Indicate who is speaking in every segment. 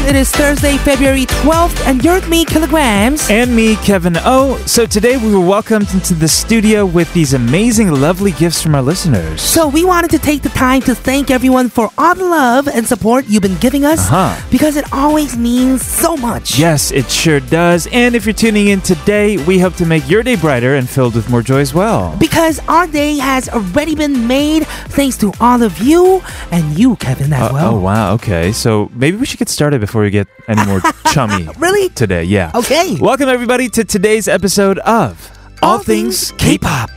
Speaker 1: It is Thursday, February 12th, and you're with me, Kilograms.
Speaker 2: And me, Kevin O. So today we were welcomed into the studio with these amazing, lovely gifts from our listeners.
Speaker 1: So we wanted to take the time to thank everyone for all the love and support you've been giving us
Speaker 2: Uh-huh.
Speaker 1: because it always means so much.
Speaker 2: Yes, it sure does. And if you're tuning in today, we hope to make your day brighter and filled with more joy as well.
Speaker 1: Because our day has already been made thanks to all of you and you, Kevin, as
Speaker 2: Uh,
Speaker 1: well.
Speaker 2: oh, wow. Okay. So maybe we should get started before we get any more chummy
Speaker 1: Really?
Speaker 2: today. Yeah.
Speaker 1: Okay.
Speaker 2: Welcome, everybody, to today's episode of
Speaker 1: All Things
Speaker 2: K-Pop.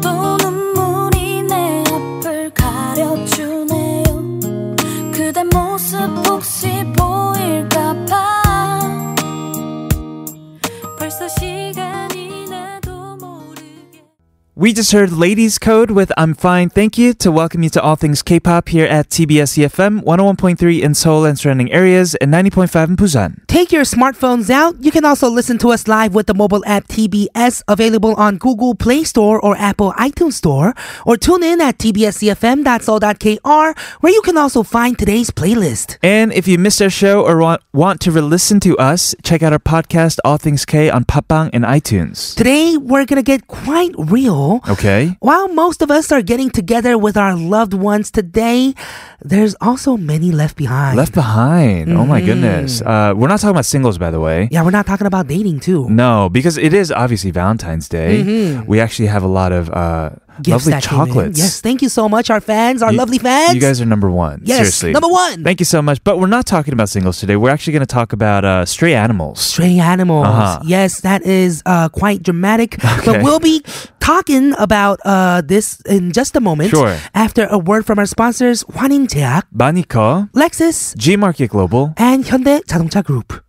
Speaker 3: 또 눈물이 내 앞을 가려주네요 그대 모습 혹시 보일까봐 벌써 시간이 나도 모르게
Speaker 2: We just heard Ladies Code with I'm Fine, Thank You to welcome you to All Things K-Pop here at TBS EFM 101.3 in Seoul and surrounding areas and 90.5 in Busan.
Speaker 1: Take your smartphones out. You can also listen to us live with the mobile app TBS, available on Google Play Store or Apple iTunes Store, or tune in at tbscfm.so.kr, where you can also find today's playlist.
Speaker 2: And if you missed our show or want, want to re-listen to us, check out our podcast All Things K on Papang and iTunes.
Speaker 1: Today, we're gonna get quite real.
Speaker 2: Okay.
Speaker 1: While most of us are getting together with our loved ones today, there's also many left behind.
Speaker 2: Left Behind. Oh my goodness. Uh, we're not talking about singles, by the way.
Speaker 1: Mm-hmm. yeah, we're not talking about dating too.
Speaker 2: No, because it is obviously Valentine's Day. We actually have a lot of uh,
Speaker 1: Mm-hmm. Gifts
Speaker 2: lovely
Speaker 1: that came in.
Speaker 2: chocolates.
Speaker 1: Yes, thank you so much, our fans, our
Speaker 2: You-
Speaker 1: lovely fans.
Speaker 2: You guys are number one.
Speaker 1: yes,
Speaker 2: Seriously.
Speaker 1: number one.
Speaker 2: Thank you so much. But we're not talking about singles today. We're actually going to talk about uh, stray animals.
Speaker 1: Stray animals.
Speaker 2: Uh-huh.
Speaker 1: Yes, that is uh, quite dramatic. But
Speaker 2: Okay.
Speaker 1: we'll be talking about uh, this in just a moment.
Speaker 2: Sure.
Speaker 1: After a word from our sponsors, Hwanin Jaeak,
Speaker 2: Baniko,
Speaker 1: Lexus,
Speaker 2: G Market Global.
Speaker 1: and Hyundai 자동차 Group.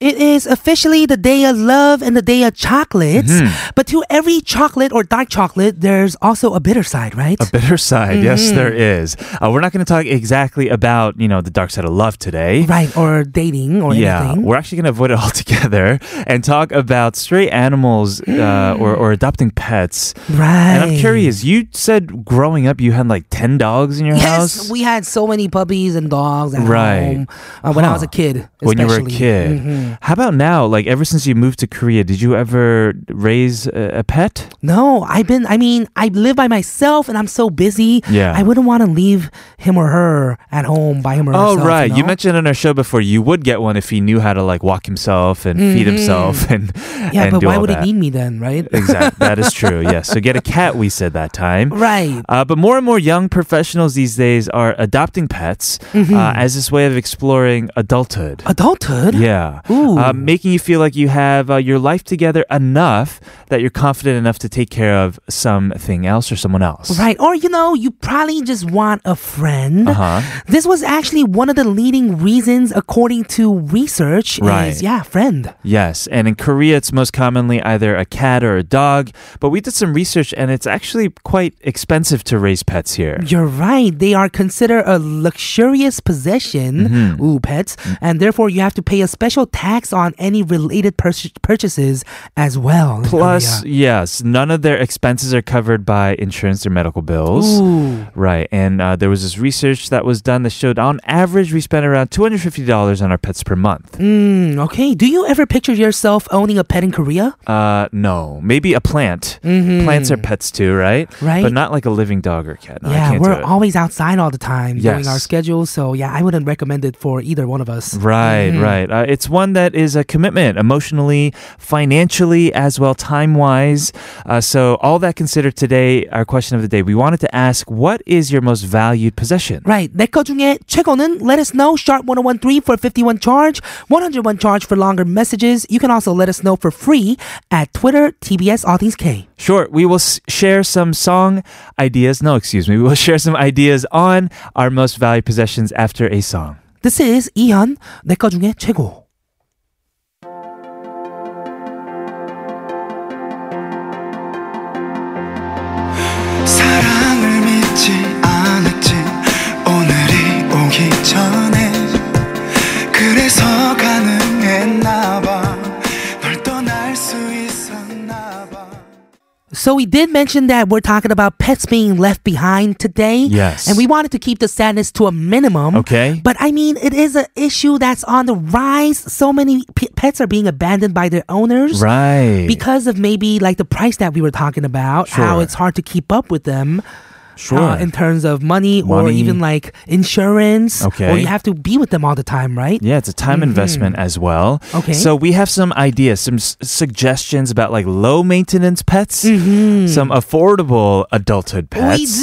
Speaker 1: It is officially the day of love and the day of chocolates.
Speaker 2: Mm-hmm.
Speaker 1: But to every chocolate or dark chocolate, there's also a bitter side, right?
Speaker 2: A bitter side, yes,
Speaker 1: Mm-hmm.
Speaker 2: there is. Uh, we're not going to talk exactly about you know the dark side of love today.
Speaker 1: right, or dating or
Speaker 2: Yeah,
Speaker 1: anything.
Speaker 2: we're actually going to avoid it altogether and talk about stray animals
Speaker 1: Mm.
Speaker 2: uh, or, or adopting pets.
Speaker 1: Right.
Speaker 2: And I'm curious, you said growing up you had like 10 dogs in your
Speaker 1: Yes,
Speaker 2: house?
Speaker 1: we had so many puppies and dogs at
Speaker 2: Right.
Speaker 1: home uh, when I
Speaker 2: Huh.
Speaker 1: was a kid.
Speaker 2: when you were a
Speaker 1: especially. Mm-hmm.
Speaker 2: kid. How about now? Like, ever since you moved to Korea, did you ever raise a, a pet?
Speaker 1: No, I've been. I mean, I live by myself, and I'm so busy.
Speaker 2: Yeah.
Speaker 1: I wouldn't want to leave him or her at home by him or
Speaker 2: Oh,
Speaker 1: herself.
Speaker 2: right. You
Speaker 1: know?
Speaker 2: mentioned on our show before you would get one if he knew how to like walk himself and feed himself and
Speaker 1: Mm-hmm. Yeah,
Speaker 2: and
Speaker 1: but
Speaker 2: do
Speaker 1: why
Speaker 2: all
Speaker 1: would
Speaker 2: that.
Speaker 1: he need me then, right?
Speaker 2: Exactly. That is true. Yes. So get a cat, we said that time.
Speaker 1: right.
Speaker 2: Uh, but more and more young professionals these days are adopting pets uh, as this way of exploring adulthood.
Speaker 1: Mm-hmm. Adulthood.
Speaker 2: yeah.
Speaker 1: Ooh.
Speaker 2: Uh, making you feel like you have uh, your life together enough that you're confident enough to take care of something else or someone else.
Speaker 1: Right. Or, you know, you probably just want a friend.
Speaker 2: Uh-huh.
Speaker 1: This was actually one of the leading reasons, according to research,
Speaker 2: Right.
Speaker 1: is yeah, friend.
Speaker 2: Yes. And in Korea, it's most commonly either a cat or a dog. But we did some research and it's actually quite expensive to raise pets here.
Speaker 1: You're right. They are considered a luxurious possession,
Speaker 2: Mm-hmm.
Speaker 1: ooh, pets,
Speaker 2: Mm.
Speaker 1: and therefore you have to pay a special tax on any related pur- purchases as well. Oh, in
Speaker 2: Plus,
Speaker 1: Korea.
Speaker 2: yes, none of their expenses are covered by insurance or medical bills.
Speaker 1: ooh,
Speaker 2: Right. And uh, there was this research that was done that showed on average we spend around $250 on our pets per month.
Speaker 1: mm, okay. Do you ever picture yourself owning a pet in Korea? Mm.
Speaker 2: Uh, no, maybe a plant.
Speaker 1: Hmm.
Speaker 2: Mm-hmm. Plants are pets too, right?
Speaker 1: Right.
Speaker 2: But not like a living dog or cat. No, I
Speaker 1: yeah,
Speaker 2: can't
Speaker 1: we're
Speaker 2: do it.
Speaker 1: always outside all the time doing our
Speaker 2: Yes.
Speaker 1: schedule, so yeah, I wouldn't recommend it for either one of us.
Speaker 2: Right,
Speaker 1: Mm-hmm.
Speaker 2: right. Uh, it's one that is a commitment emotionally, financially, as well time wise. Uh, so, all that considered today, our question of the day, we wanted to ask what is your most valued possession?
Speaker 1: Right. 내 거 중에 최고는 let us know sharp 1013 for 51 charge, 101 charge for longer messages. You can also let us know for free at Twitter TBS All Things K.
Speaker 2: Sure, we will s- share some song ideas. No, excuse me. We will share some ideas on our most valued possessions after a song.
Speaker 1: This is 이현 내 거 중에 최고.
Speaker 4: 내
Speaker 1: So we did mention that we're talking about pets being left behind today.
Speaker 2: Yes.
Speaker 1: And we wanted to keep the sadness to a minimum.
Speaker 2: Okay.
Speaker 1: But I mean, it is an issue that's on the rise. So many p- pets are being abandoned by their owners.
Speaker 2: Right.
Speaker 1: Because of maybe like the price that we were talking about, how
Speaker 2: Sure.
Speaker 1: it's hard to keep up with them
Speaker 2: sure.
Speaker 1: uh, in terms of money, or
Speaker 2: Money.
Speaker 1: even like insurance. Or
Speaker 2: Okay.
Speaker 1: you have to be with them all the time, right?
Speaker 2: Yeah, it's a time investment as well.
Speaker 1: Mm-hmm. Okay.
Speaker 2: So we have some ideas, some s- suggestions about like low maintenance pets, some affordable adulthood pets.
Speaker 1: Mm-hmm. We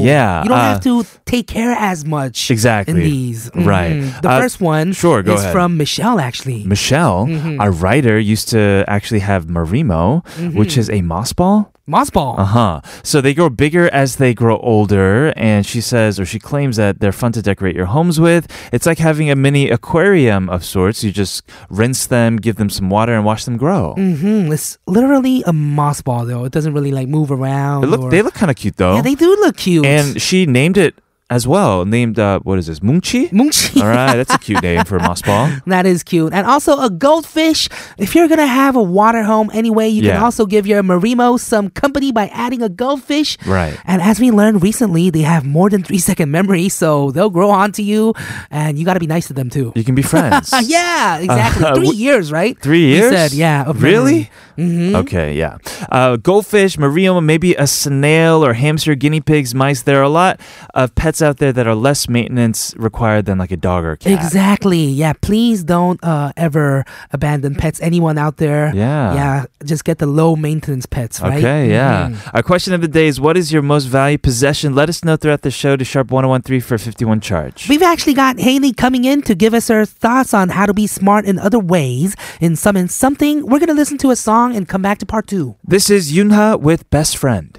Speaker 1: do.
Speaker 2: Yeah,
Speaker 1: You don't
Speaker 2: uh,
Speaker 1: have to take care as much.
Speaker 2: Exactly.
Speaker 1: In these.
Speaker 2: Right.
Speaker 1: Mhm. The
Speaker 2: Uh,
Speaker 1: first one
Speaker 2: sure, go
Speaker 1: is
Speaker 2: ahead.
Speaker 1: from Michelle, actually.
Speaker 2: Michelle,
Speaker 1: Mm-hmm.
Speaker 2: our writer, used to actually have Marimo, which is a moss ball.
Speaker 1: Moss ball.
Speaker 2: Uh huh. So they grow bigger as they grow older, and she says, or she claims that they're fun to decorate your homes with. It's like having a mini aquarium of sorts. You just rinse them, give them some water, and watch them grow.
Speaker 1: hmm It's literally a moss ball, though. It doesn't really like move around.
Speaker 2: They
Speaker 1: or-
Speaker 2: look, they look kind of cute though.
Speaker 1: Yeah, they do look cute.
Speaker 2: And she named it as well. Named uh, what is this? Mungchi.
Speaker 1: Munchi.
Speaker 2: All right, that's a cute name for a moss ball.
Speaker 1: That is cute. And also a goldfish. If you're going to have a water home anyway, you can
Speaker 2: Yeah.
Speaker 1: also give your Marimo some company by adding a goldfish.
Speaker 2: Right.
Speaker 1: And as we learned recently, they have more than three second memory, so they'll grow onto you, and you got to be nice to them too.
Speaker 2: You can be friends.
Speaker 1: Uh, yeah, exactly.
Speaker 2: Uh,
Speaker 1: three
Speaker 2: w-
Speaker 1: years, right?
Speaker 2: Three
Speaker 1: You
Speaker 2: years?
Speaker 1: said, yeah. of
Speaker 2: really?
Speaker 1: memory. Mhm.
Speaker 2: Okay, yeah. Uh, goldfish, Maria, maybe a snail or hamster, guinea pigs, mice. There are a lot of pets out there that are less maintenance required than like a dog or a cat.
Speaker 1: Exactly. Yeah. Please don't uh, ever abandon pets. Anyone out there?
Speaker 2: Yeah.
Speaker 1: Yeah. Just get the low maintenance pets, right?
Speaker 2: Okay, yeah.
Speaker 1: Mhm.
Speaker 2: Our question of the day is what is your most valued possession? Let us know throughout the show to Sharp 1013 for 51 charge.
Speaker 1: We've actually got Haley coming in to give us her thoughts on how to be smart in other ways. In some and something, we're going to listen to a song and come back to part two.
Speaker 2: This is Yunha with Best Friend.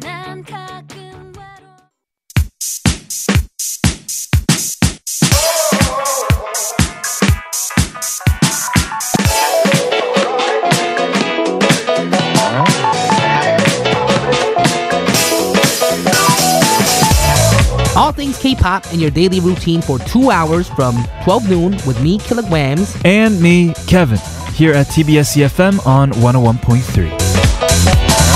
Speaker 3: 난 가끔 외로워
Speaker 1: All things K pop in your daily routine for two hours from 12 noon with me, Kilograms.
Speaker 2: And me, Kevin, here at TBS EFM E on 101.3.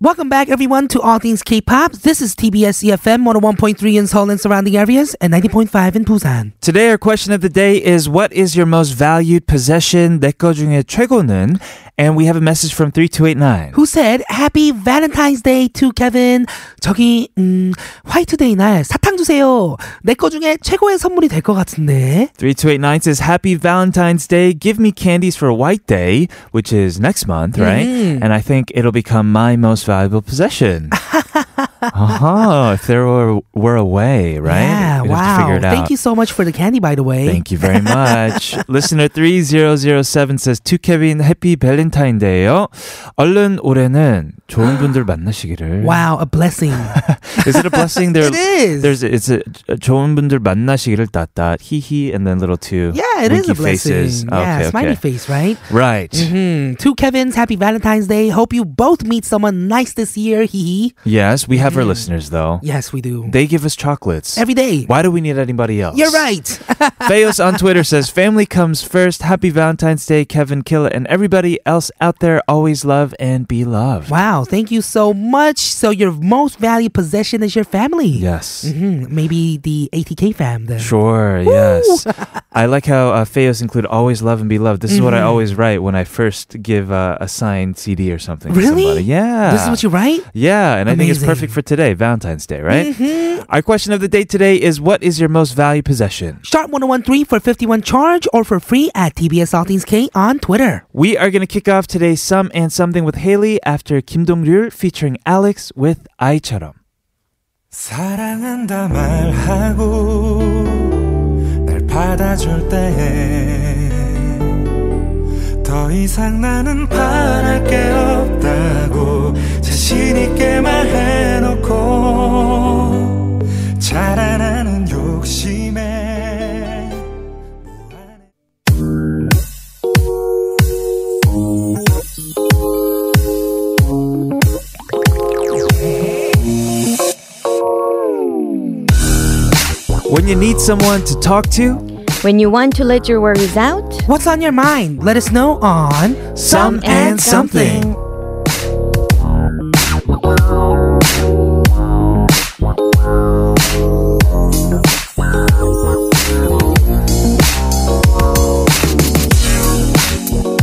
Speaker 1: Welcome back, everyone, to All Things K pop. This is TBS EFM 101.3 in Seoul and surrounding areas and 90.5 in Busan.
Speaker 2: Today, our question of the day is What is your most valued possession? 내거 중에 최고는? And we have a message from 3289.
Speaker 1: who said Happy Valentine's Day to Kevin. 저기 음, 화이트데이 날 사탕 주세요. 내 거 중에 최고의 선물이 될 것 같은데.
Speaker 2: 3289 says, Happy Valentine's Day. Give me candies for White Day, which is next month, right?
Speaker 1: Mm-hmm.
Speaker 2: And I think it'll become my most valuable possession. uh-huh. If there were, were a way, right?
Speaker 1: Yeah,
Speaker 2: We'd have to figure
Speaker 1: wow.
Speaker 2: it
Speaker 1: Thank
Speaker 2: out.
Speaker 1: you so much for the candy, by the way.
Speaker 2: Thank you very much. Listener 3007 says To Kevin happy Valentine Day요. 얼른 올해는 좋은 분들 만나시기를.
Speaker 1: Wow, a blessing.
Speaker 2: Is it a blessing there?
Speaker 1: it is.
Speaker 2: There's it's a 좋은 분들 만나시기를 dot dot hee hee and then little two.
Speaker 1: yeah, it is
Speaker 2: winky
Speaker 1: a blessing.
Speaker 2: Faces.
Speaker 1: yeah,
Speaker 2: okay,
Speaker 1: smiley
Speaker 2: okay.
Speaker 1: face, right?
Speaker 2: Right.
Speaker 1: Hmm. To Kevin's Happy Valentine's Day. Hope you both meet someone nice this year. Hee hee.
Speaker 2: Yes, we have our listeners though.
Speaker 1: Yes, we do.
Speaker 2: They give us chocolates.
Speaker 1: Mm-hmm. Every day.
Speaker 2: Why do we need anybody else?
Speaker 1: You're right.
Speaker 2: Feos on Twitter says, Family comes first. Happy Valentine's Day, Kevin Killa, and everybody else out there. Always love and be loved.
Speaker 1: wow, thank you so much. So your most valued possession is your family.
Speaker 2: Yes.
Speaker 1: Mhm, Maybe the ATK fam then.
Speaker 2: Sure, yes. I like how uh, Feos include always love and be loved. This is what I
Speaker 1: Mm-hmm.
Speaker 2: always write when I first give uh, a signed CD or something to
Speaker 1: Really?
Speaker 2: somebody. Yeah.
Speaker 1: This is what you write?
Speaker 2: Yeah, and I think it's
Speaker 1: Amazing. Mm-hmm.
Speaker 2: perfect for today, Valentine's Day, right? Our question of the day today is what is your most valued possession?
Speaker 1: Sharp 1013 for 51 charge or for free at TBS All Things K on Twitter.
Speaker 2: We are going to kick off today's Some and Something with Haley after Kim Dong-ryul featuring Alex with 아이처럼.
Speaker 4: 사랑한다 말하고 날 받아줄 때 더 이상 나는 바랄 게 없다고 자신 있게 말해놓고 잘하나
Speaker 2: When you need someone to talk to,
Speaker 5: When you want to let your worries out,
Speaker 1: What's on your mind? Let us know on
Speaker 2: Some and Something.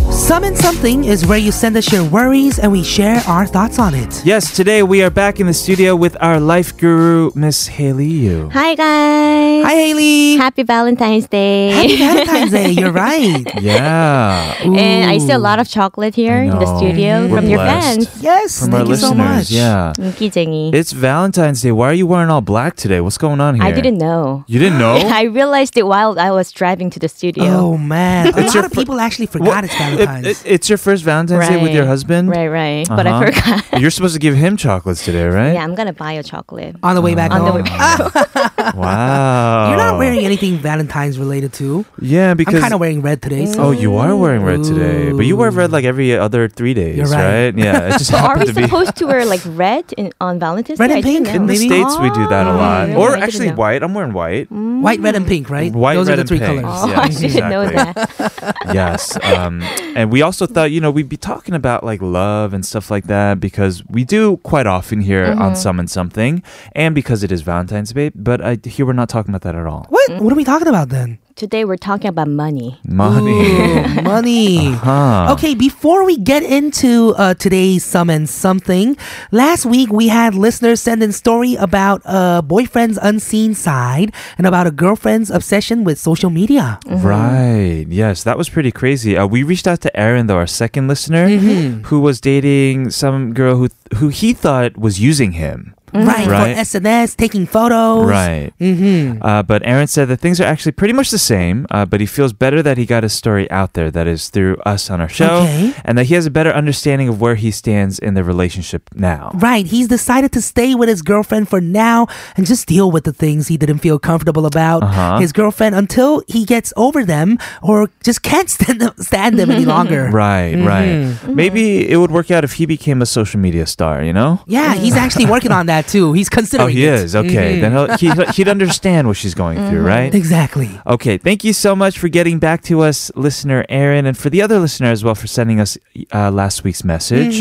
Speaker 1: Some and Something is where you send us your worries and we share our thoughts on it.
Speaker 2: yes, today we are back in the studio with our life guru, Miss Haley Yu.
Speaker 5: hi guys.
Speaker 1: Hi, Haley.
Speaker 5: Happy Valentine's Day.
Speaker 1: Happy Valentine's Day. You're right.
Speaker 2: Yeah. Ooh,
Speaker 5: and I see a lot of chocolate here in the
Speaker 2: know.
Speaker 5: studio
Speaker 2: We're
Speaker 5: from your
Speaker 2: blessed.
Speaker 5: fans.
Speaker 1: Yes.
Speaker 2: From our
Speaker 1: thank you so much.
Speaker 2: listeners, yeah.
Speaker 5: 인기쟁이.
Speaker 2: It's Valentine's Day. Why are you wearing all black today? What's going on here?
Speaker 5: I didn't know.
Speaker 2: You didn't know?
Speaker 5: I realized it while I was driving to the studio.
Speaker 1: Oh man, a lot
Speaker 2: your
Speaker 1: of
Speaker 2: fir-
Speaker 1: people actually forgot
Speaker 2: What-
Speaker 1: it's
Speaker 2: it-
Speaker 1: Valentine's.
Speaker 2: it- it's your first Valentine's Day with your husband?
Speaker 5: Right, right. But I
Speaker 2: Uh-huh.
Speaker 5: forgot.
Speaker 2: You're supposed to give him chocolates today, right?
Speaker 5: Yeah, I'm gonna buy a chocolate.
Speaker 1: on the way back
Speaker 5: On the
Speaker 1: home.
Speaker 5: way
Speaker 2: Wow.
Speaker 1: You're not wearing anything Valentine's related to.
Speaker 2: Yeah, Oh. because
Speaker 1: I'm kind of wearing red today. So
Speaker 2: Oh, you are wearing red today, but you wear red like every other three days,
Speaker 1: You're right.
Speaker 2: right. Yeah, it just
Speaker 5: So are
Speaker 2: happened
Speaker 5: we
Speaker 2: to be.
Speaker 5: supposed to wear like red in, on Valentine's
Speaker 1: Red
Speaker 5: Day?
Speaker 1: and
Speaker 5: I didn't
Speaker 1: pink,
Speaker 2: In
Speaker 5: know.
Speaker 2: the
Speaker 1: maybe?
Speaker 2: states, we do that a lot,
Speaker 5: Oh,
Speaker 2: or
Speaker 5: I didn't
Speaker 2: actually
Speaker 5: know.
Speaker 2: white. I'm wearing white.
Speaker 1: white, red, and pink, right?
Speaker 2: White,
Speaker 1: Those
Speaker 2: red,
Speaker 1: are the
Speaker 2: and
Speaker 1: three
Speaker 2: pink.
Speaker 1: colors.
Speaker 5: Oh, I
Speaker 2: Yes,
Speaker 5: didn't know
Speaker 2: exactly.
Speaker 5: that.
Speaker 2: yes, um, and we also thought you know we'd be talking about like love and stuff like that because we do quite often here on Some and Something, and because it is Valentine's Day. But I hear we're not talking about that at all.
Speaker 1: What? What are we talking about then?
Speaker 5: Today we're talking about money.
Speaker 2: Money.
Speaker 1: Ooh, money.
Speaker 2: Huh.
Speaker 1: Okay, before we get into uh, today's summon something, last week we had listeners send in story about a boyfriend's unseen side and about a girlfriend's obsession with social media.
Speaker 2: Right. Yes, that was pretty crazy. Uh, we reached out to Aaron, though, our second listener, who was dating some girl who who he thought was using him.
Speaker 5: Mm-hmm.
Speaker 1: Right,
Speaker 2: Right.
Speaker 1: for SNS, taking photos.
Speaker 2: Right. Mm-hmm. Uh, but Aaron said that things are actually pretty much the same, uh, but he feels better that he got his story out there, that is through us on our show,
Speaker 1: Okay.
Speaker 2: and that he has a better understanding of where he stands in the relationship now.
Speaker 1: Right, he's decided to stay with his girlfriend for now and just deal with the things he didn't feel comfortable about
Speaker 2: Uh-huh.
Speaker 1: his girlfriend until he gets over them or just can't stand them, stand them any longer.
Speaker 2: Right, right. Maybe it would work out if he became a social media star, you know?
Speaker 1: Yeah, he's actually working on that too. He's
Speaker 2: Oh,
Speaker 1: considering
Speaker 2: he
Speaker 1: it.
Speaker 2: is. Okay. Then he'll, he, he'd understand what she's going through, right?
Speaker 1: Mm-hmm. Exactly.
Speaker 2: Okay, thank you so much for getting back to us, listener Aaron, and for the other listener as well for sending us uh, last week's message.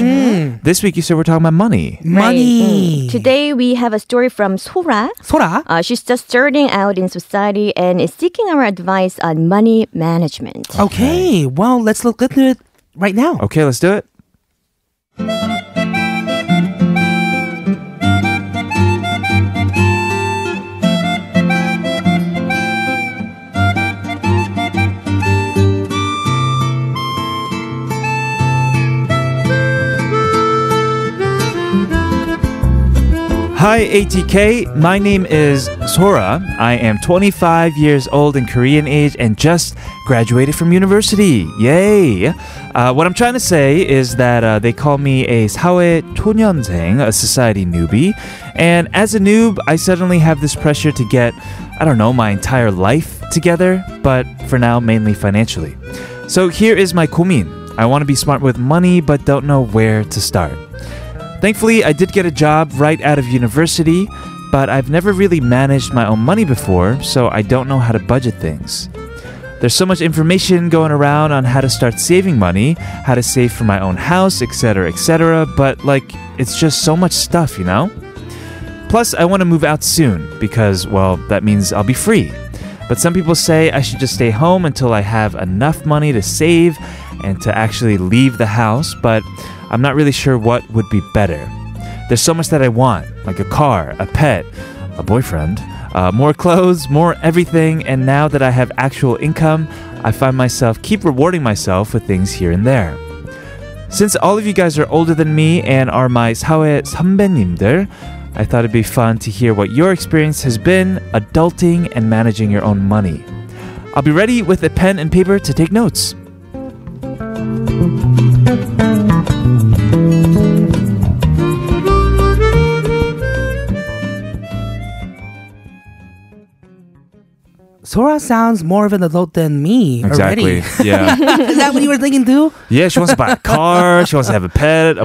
Speaker 2: This week, you said we're talking about money.
Speaker 1: Money.
Speaker 5: Right. Mm. Today we have a story from Sora.
Speaker 1: Sora.
Speaker 5: Uh, she's just starting out in society and is seeking our advice on money management.
Speaker 1: Okay. Well, let's look into it right now.
Speaker 2: Okay, let's do it. Hi, ATK. My name is Sora. I am 25 years old in Korean age and just graduated from university. Yay! Uh, what I'm trying to say is that uh, they call me a 사회 초년생, a society newbie. And as a noob, I suddenly have this pressure to get, I don't know, my entire life together, but for now, mainly financially. So here is my kumin. I want to be smart with money, but don't know where to start. Thankfully, I did get a job right out of university, but I've never really managed my own money before, so I don't know how to budget things. There's so much information going around on how to start saving money, how to save for my own house, etc., etc., but like, it's just so much stuff, you know? Plus, I want to move out soon because, well, that means I'll be free. But some people say I should just stay home until I have enough money to save and to actually leave the house, but I'm not really sure what would be better. There's so much that I want, like a car, a pet, a boyfriend, uh, more clothes, more everything, and now that I have actual income, I find myself keep rewarding myself with things here and there. Since all of you guys are older than me and are my 사회 선배님들, I thought it'd be fun to hear what your experience has been adulting and managing your own money. I'll be ready with a pen and paper to take notes.
Speaker 1: Sora sounds more of an adult than me
Speaker 2: Exactly.
Speaker 1: already.
Speaker 2: Yeah.
Speaker 1: Is that what you were thinking
Speaker 5: Um,
Speaker 1: too?
Speaker 2: Yeah, she wants to buy a car. She wants to have a pet, a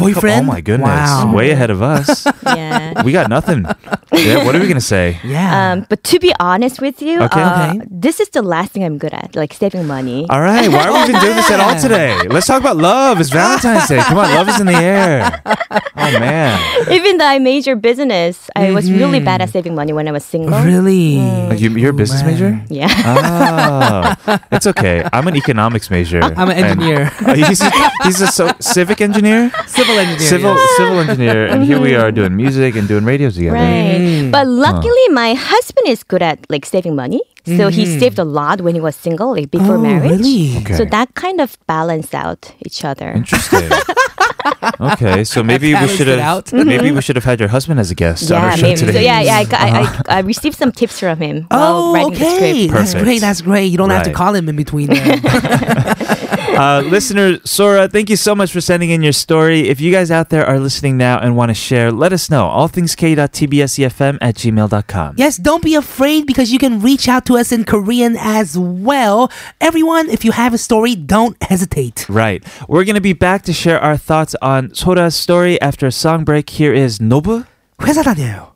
Speaker 1: Mm. Boyfriend?
Speaker 2: Oh my goodness.
Speaker 1: Wow.
Speaker 2: Way ahead of us.
Speaker 5: Yeah.
Speaker 2: we got nothing. Yeah, what are we going to say?
Speaker 1: Yeah.
Speaker 5: Um, but to be honest with you,
Speaker 2: Okay.
Speaker 5: uh,
Speaker 1: Okay.
Speaker 5: this is the last thing I'm good at, like saving money.
Speaker 2: All right. Why are we even doing this at all today? Let's talk about love. It's Valentine's Day. Come on. Love is in the air. Oh, man.
Speaker 5: Even though I major business, I was really bad at saving money when I was single.
Speaker 1: really?
Speaker 5: mm.
Speaker 2: Like, you, you're a business major?
Speaker 5: Yeah.
Speaker 2: Oh, it's okay. I'm an economics major.
Speaker 1: I'm an
Speaker 2: And-
Speaker 1: engineer.
Speaker 2: Oh, he's a, he's a so, civic engineer,
Speaker 1: Civil engineer.
Speaker 2: civil civil engineer, and here we are doing music and doing radio together.
Speaker 5: Right. But luckily, my husband is good at like saving money. So he saved a lot when he was single, like before
Speaker 1: Oh,
Speaker 5: marriage.
Speaker 1: really?
Speaker 2: Okay.
Speaker 5: So that kind of balanced out each other.
Speaker 2: Interesting. okay, so maybe we
Speaker 1: balanced
Speaker 2: should
Speaker 1: it
Speaker 2: have
Speaker 1: out. Mm-hmm.
Speaker 2: maybe we should have had your husband as a guest on
Speaker 5: Yeah,
Speaker 2: our show
Speaker 5: maybe.
Speaker 2: today. Uh-huh.
Speaker 5: So yeah, yeah. I, got- I, I, I received some tips from him while
Speaker 1: Oh,
Speaker 5: writing the
Speaker 1: okay.
Speaker 5: script.
Speaker 1: That's
Speaker 2: Perfect.
Speaker 1: great. That's great. You don't have to
Speaker 2: Right.
Speaker 1: call him in between. Then.
Speaker 2: uh, listener Sora, thank you so much for sending in your story. If you guys out there are listening now and want to share, let us know. All things k.tbsefm E at gmail.com.
Speaker 1: Yes, don't be afraid because you can reach out to us in Korean as well. Everyone, if you have a story, don't hesitate.
Speaker 2: Right. We're going to be back to share our thoughts on Sora's story after a song break. Here is Nobu.
Speaker 1: 회사 다녀요.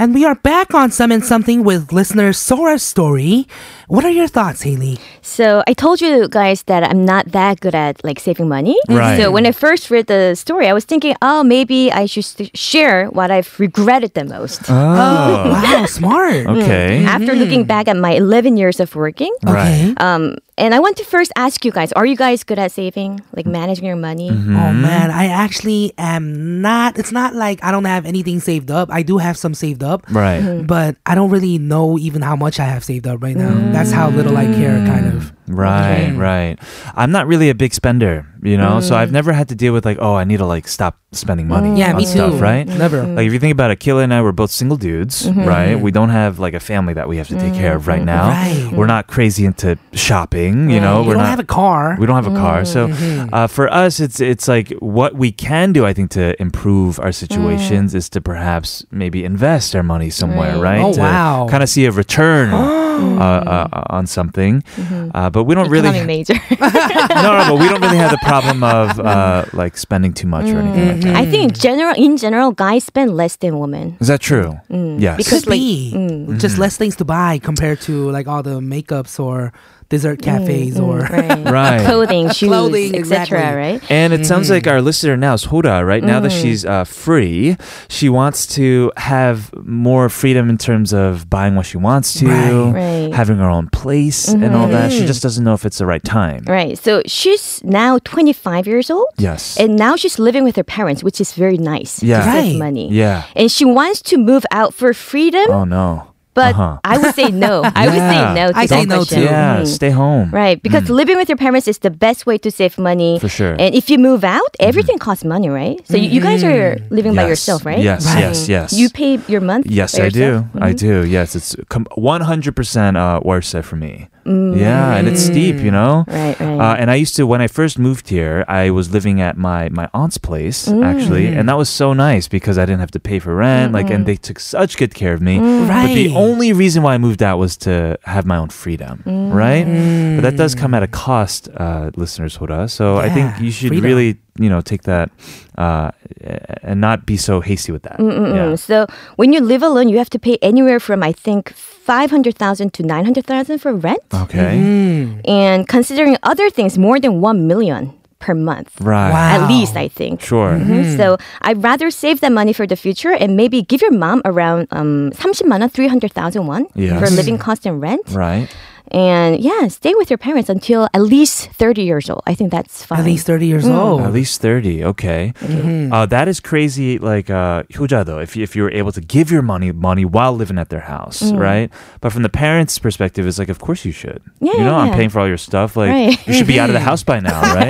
Speaker 1: And we are back on Some and Something with listener Sora's story. What are your thoughts, Haley?
Speaker 5: So I told you guys that I'm not that good at like saving money.
Speaker 2: Mm-hmm. Right.
Speaker 5: So when I first read the story, I was thinking, oh, maybe I should st- share what I've regretted the most.
Speaker 2: Oh.
Speaker 1: Wow, smart.
Speaker 2: Okay.
Speaker 5: After looking back at my 11 years of working,
Speaker 2: Right.
Speaker 1: Mm. Okay. Oh,
Speaker 5: Um, and I want to first ask you guys: Are you guys good at saving, like managing your money?
Speaker 2: Mm-hmm.
Speaker 1: Oh man, I actually am not. It's not like I don't have anything saved up. I do have some saved up,
Speaker 2: Right.
Speaker 1: but I don't really know even how much I have saved up right now.
Speaker 5: Mm.
Speaker 1: That's how little I care, kind of.
Speaker 2: Right, right. I'm not really a big spender, you know, so I've never had to deal with like, oh, I need to like stop spending money.
Speaker 1: Mm. Yeah,
Speaker 2: on
Speaker 1: me
Speaker 2: stuff,
Speaker 1: too. Mm.
Speaker 2: Right?
Speaker 1: Never.
Speaker 5: Mm-hmm.
Speaker 2: Like if you think about it, Kayla and I were both single dudes,
Speaker 1: Mm-hmm.
Speaker 2: right? We don't have like a family that we have to take care of right now.
Speaker 1: Right.
Speaker 2: We're not crazy into shopping, you know.
Speaker 1: We
Speaker 2: We're
Speaker 1: don't
Speaker 2: not
Speaker 1: have a car.
Speaker 2: we don't have a car, so uh, for us, it's it's like what we can do. I think to improve our situations is to perhaps maybe invest our money somewhere, right?
Speaker 1: Oh,
Speaker 2: to
Speaker 1: wow.
Speaker 2: Kind of see a return uh, uh, on something, uh, but we don't really
Speaker 5: Economic major.
Speaker 2: no, no, but we don't really have the problem of uh, like spending too much or anything like that.
Speaker 5: I think in general, in general, guys spend less than women.
Speaker 2: Is that true? Yes.
Speaker 5: because-
Speaker 1: Could
Speaker 5: like- mm.
Speaker 1: be just less things to buy compared to like all the makeups or dessert cafes or.
Speaker 5: Mm, Right.
Speaker 2: right.
Speaker 5: Clothing, shoes,
Speaker 1: Clothing,
Speaker 5: etc.
Speaker 1: exactly.
Speaker 5: Right.
Speaker 2: And it sounds
Speaker 5: Mm-hmm.
Speaker 2: like our listener now is Hoda, right? Now that she's uh, free, she wants to have more freedom in terms of buying what she wants to,
Speaker 1: Right.
Speaker 5: Right. Mm-hmm.
Speaker 2: having her own place and all that. She just doesn't know if it's the right time.
Speaker 5: Right. So she's now 25 years old.
Speaker 2: Yes.
Speaker 5: And now she's living with her parents, which is very nice.
Speaker 2: Yeah.
Speaker 5: To save
Speaker 1: Right.
Speaker 5: money.
Speaker 2: yeah.
Speaker 5: And she wants to move out for freedom,
Speaker 2: Oh, no.
Speaker 5: but
Speaker 2: uh-huh.
Speaker 5: I would say no. I would
Speaker 2: Yeah.
Speaker 5: say no. To
Speaker 1: I say
Speaker 5: that
Speaker 1: no
Speaker 5: question. Mm-hmm. Mm.
Speaker 1: too.
Speaker 2: Yeah, stay home. Mm.
Speaker 5: Right, because living with your parents is the best way to save money.
Speaker 2: For sure. Mm-hmm.
Speaker 5: And if you move out, everything costs money, right? So you you guys are living by
Speaker 2: Yes.
Speaker 5: yourself, right?
Speaker 2: Yes,
Speaker 1: Mm-hmm. Right.
Speaker 2: yes, yes.
Speaker 5: You pay your month?
Speaker 2: Yes,
Speaker 5: by
Speaker 2: I
Speaker 5: yourself? Mm-hmm.
Speaker 2: do. I do. Yes, it's com- 100% uh, worse for me.
Speaker 5: Mm-hmm.
Speaker 2: Yeah, and it's steep, you know?
Speaker 5: Right, right.
Speaker 2: Uh, and I used to, when I first moved here, I was living at my, my aunt's place, actually. And that was so nice because I didn't have to pay for rent. Like, and they took such good care of me. But the
Speaker 1: Mm. Right.
Speaker 2: only reason why I moved out was to have my own freedom, right? But that does come at a cost, uh, listeners, Hoda. So I
Speaker 1: Mm.
Speaker 2: think
Speaker 1: Yeah,
Speaker 2: you should
Speaker 1: freedom.
Speaker 2: really, you know, take that uh, and not be so hasty with that. Yeah.
Speaker 5: Um, So when you live alone, you have to pay anywhere from, I think, 500000 to 900000 for rent.
Speaker 2: Okay.
Speaker 1: Mm-hmm. Mm.
Speaker 5: And considering other things, more than 1 million per month.
Speaker 2: Right.
Speaker 1: Wow. Mm-hmm.
Speaker 5: At least, I think.
Speaker 2: Sure.
Speaker 5: Mhm. So I'd rather save that money for the future and maybe give your mom around um, 30만 원, 300,000 won
Speaker 2: Yes.
Speaker 5: for living cost and rent.
Speaker 2: Right.
Speaker 5: And yeah, stay with your parents until at least 30 years old. I think that's fine.
Speaker 1: At least 30 years
Speaker 5: Mm. Oh.
Speaker 1: old.
Speaker 2: At least 30. Okay.
Speaker 5: Mm-hmm.
Speaker 2: Uh, that is crazy. Like, uh, 효자, though, if, you- if you were able to give your money money while living at their house,
Speaker 5: Mm.
Speaker 2: right? But from the parents' perspective, it's like, of course you should.
Speaker 5: Yeah,
Speaker 2: you know,
Speaker 5: yeah,
Speaker 2: I'm
Speaker 5: yeah.
Speaker 2: paying for all your stuff. Like,
Speaker 5: Right.
Speaker 2: you should be out of the house by now, right?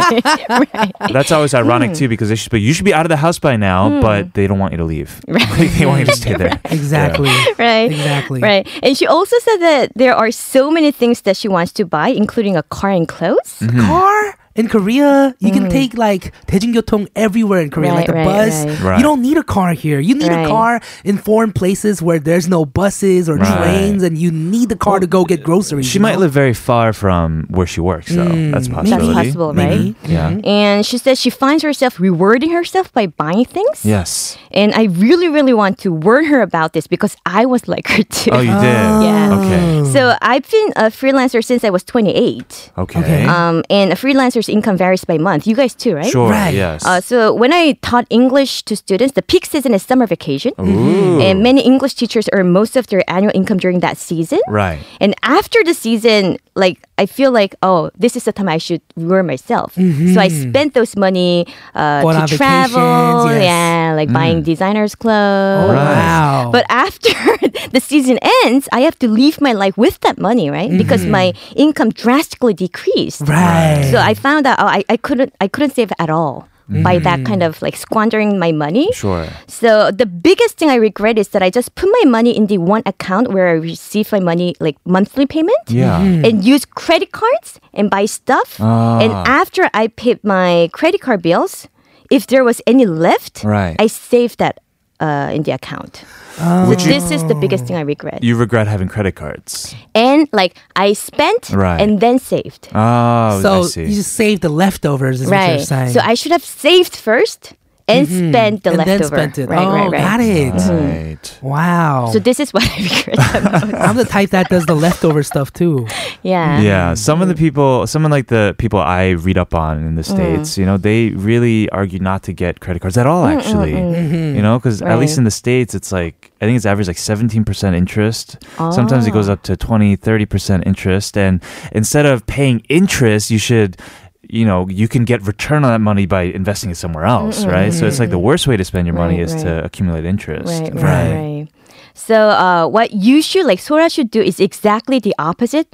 Speaker 2: That's always
Speaker 5: Mm.
Speaker 2: ironic, too, because they should be, you should be out of the house by now, but they don't want you to leave. Like, they want you to stay there.
Speaker 1: Exactly.
Speaker 5: Right.
Speaker 1: Exactly.
Speaker 5: Right. And she also said that there are so many things that she wants to buy, including a car and clothes.
Speaker 2: Hmm.
Speaker 1: Car in Korea, you can take like 대중교통 everywhere in Korea, like the
Speaker 5: Hmm. Right, right,
Speaker 1: bus.
Speaker 5: right.
Speaker 2: Right.
Speaker 1: You don't need a car here. You need a
Speaker 5: Right.
Speaker 1: car in foreign places where there's no buses or
Speaker 2: Right.
Speaker 1: trains, and you need the car to go get groceries.
Speaker 2: She
Speaker 1: you
Speaker 2: might
Speaker 1: know?
Speaker 2: live very far from where she works, though. That's a
Speaker 5: Mm. That's
Speaker 2: possibility.
Speaker 5: possible, right? Mm-hmm.
Speaker 2: Yeah.
Speaker 5: And she says she finds herself rewarding herself by buying things.
Speaker 2: Yes.
Speaker 5: And I really, really want to warn her about this because I was like her too.
Speaker 2: Oh, you did?
Speaker 5: Yeah. Mm.
Speaker 2: Okay.
Speaker 5: So I've been a freelancer since I was 28.
Speaker 2: Okay.
Speaker 5: Um, and a freelancer's income varies by month. You guys too, right?
Speaker 2: Sure.
Speaker 1: Right.
Speaker 2: Yes.
Speaker 5: Uh, so when I taught English to students, the peak season is summer vacation,
Speaker 2: Oh. Ooh.
Speaker 5: Mm-hmm. and many English teachers earn most of their annual income during that season.
Speaker 2: right.
Speaker 5: And after the season, like I feel like, oh, this is the time I should reward myself. So I spent those money uh,
Speaker 1: Going Mm-hmm. on
Speaker 5: to travel,
Speaker 1: vacations, yes. Mm.
Speaker 5: yeah, like buying designers clothes.
Speaker 1: Oh,
Speaker 2: Right.
Speaker 1: Wow.
Speaker 5: But after the season ends, I have to live my life with that money, right?
Speaker 1: Mm-hmm.
Speaker 5: Because my income drastically decreased.
Speaker 1: right.
Speaker 5: So I found out oh, I, I couldn't I couldn't save at all by
Speaker 1: Mm.
Speaker 5: that kind of like squandering my money.
Speaker 2: Sure.
Speaker 5: So the biggest thing I regret is that I just put my money in the one account where I receive my money like monthly payment.
Speaker 2: Yeah.
Speaker 5: And use credit cards and buy stuff.
Speaker 1: Ah.
Speaker 5: And after I paid my credit card bills, if there was any left,
Speaker 2: Right.
Speaker 5: I saved that uh, in the account.
Speaker 2: Would
Speaker 5: So
Speaker 2: you
Speaker 5: this is the biggest thing I regret.
Speaker 2: you regret having credit cards?
Speaker 5: and like I spent
Speaker 2: Right.
Speaker 5: and then saved.
Speaker 2: Oh, I
Speaker 1: So
Speaker 2: see.
Speaker 1: you just save the leftovers, is what
Speaker 5: right.
Speaker 1: Ah, you're saying. Mm-hmm.
Speaker 5: So I should have saved first and spent the
Speaker 1: and then
Speaker 5: leftover.
Speaker 1: spent it.
Speaker 5: Right,
Speaker 1: oh,
Speaker 5: right, right.
Speaker 1: got it.
Speaker 2: right.
Speaker 1: Wow.
Speaker 5: So this is what I regret. the most.
Speaker 1: I'm the type that does the leftover stuff too.
Speaker 5: yeah.
Speaker 2: Yeah, some of the people, some of like the people I read up on in the
Speaker 5: Mm.
Speaker 2: states, you know, they really argue not to get credit cards at all. Actually, you know, because at least in
Speaker 5: Right.
Speaker 2: the states, it's like I think it's average like seventeen percent interest. Sometimes it
Speaker 5: Ah.
Speaker 2: goes up to 20 30 percent interest, and instead of paying interest, you should. You know, you can get return on that money by investing it somewhere else, right? So it's like the worst way to spend your money
Speaker 5: Mm-hmm. Right,
Speaker 2: is
Speaker 5: right.
Speaker 2: to accumulate interest.
Speaker 5: Right, right,
Speaker 1: Right.
Speaker 5: right. So uh, what you should like Sora should do is exactly the opposite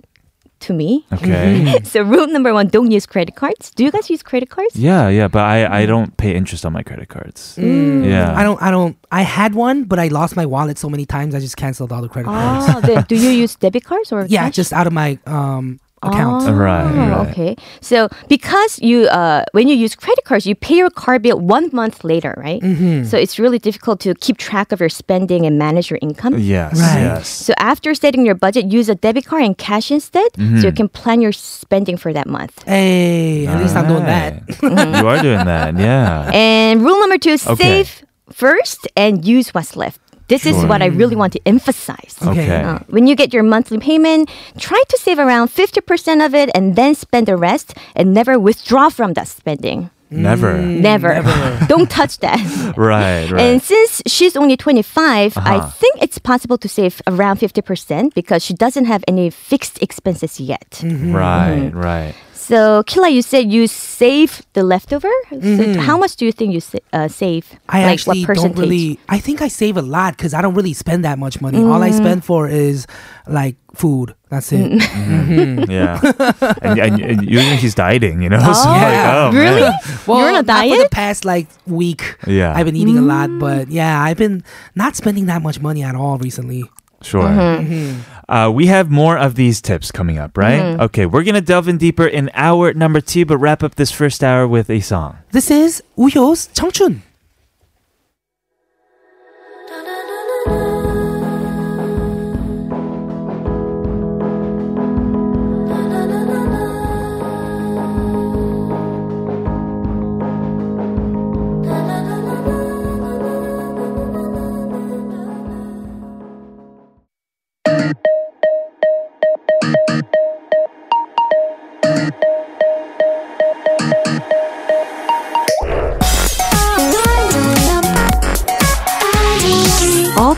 Speaker 5: to me.
Speaker 2: Okay.
Speaker 5: so rule number one, don't use credit cards. Do you guys use credit cards?
Speaker 2: Yeah, yeah, but I,
Speaker 5: Mm-hmm.
Speaker 2: I don't pay interest on my credit cards.
Speaker 5: Mm.
Speaker 2: Yeah.
Speaker 1: I don't. I don't. I had one, but I lost my wallet so many times. I just canceled all the credit cards.
Speaker 5: Oh, then do you use debit cards or
Speaker 1: Yeah,
Speaker 5: cash?
Speaker 1: just out of my um account.
Speaker 5: Oh,
Speaker 2: Right, right.
Speaker 5: Okay. So because you uh, when you use credit cards, you pay your card bill one month later, right? So it's really difficult to keep track of your spending and manage your income.
Speaker 2: Yes,
Speaker 1: Right.
Speaker 2: yes.
Speaker 5: So after setting your budget, use a debit card and cash instead, so you can plan your spending for that month.
Speaker 1: Hey, at least I'm doing that.
Speaker 2: that. you are doing that, yeah.
Speaker 5: And rule number two:
Speaker 2: Okay.
Speaker 5: save first and use what's left. This is
Speaker 2: Sure.
Speaker 5: what I really want to emphasize.
Speaker 1: Okay.
Speaker 2: Okay.
Speaker 5: Uh, when you get your monthly payment, try to save around 50% of it and then spend the rest and never withdraw from that spending.
Speaker 2: Mm,
Speaker 1: Mm.
Speaker 2: Never.
Speaker 5: Never. Don't touch that.
Speaker 2: Right, Uh-huh. right.
Speaker 5: And since she's only 25, I think it's possible to save around 50% because she doesn't have any fixed expenses yet.
Speaker 1: Mm-hmm.
Speaker 2: right,
Speaker 5: Mm-hmm.
Speaker 2: right.
Speaker 5: So, Kila, you said you save the leftover. So how much do you think you sa- uh, save?
Speaker 1: Mm-hmm. I
Speaker 5: like
Speaker 1: actually
Speaker 5: what percentage?
Speaker 1: don't really. I think I save a lot because I don't really spend that much money. All I spend
Speaker 5: Mm-hmm.
Speaker 1: for is like food. That's it.
Speaker 5: Mm.
Speaker 1: Mm.
Speaker 2: Yeah. and, and, and usually he's dieting, you know? so like,
Speaker 1: Yeah.
Speaker 2: oh,
Speaker 5: really?
Speaker 2: man.
Speaker 1: Well,
Speaker 5: You're
Speaker 1: not
Speaker 5: on a
Speaker 1: for the
Speaker 5: diet? Mm.
Speaker 1: past like week.
Speaker 2: Yeah.
Speaker 1: I've been eating a lot, but yeah, I've been not spending that much money at all recently.
Speaker 2: Sure.
Speaker 5: Mm-hmm.
Speaker 1: Mm-hmm.
Speaker 2: Uh, we have more of these tips coming up, right?
Speaker 5: Mm-hmm.
Speaker 2: Okay, we're going to delve in deeper in hour number two, but wrap up this first hour with a song.
Speaker 1: This is Uyo's 청춘.
Speaker 6: All things.
Speaker 7: All things.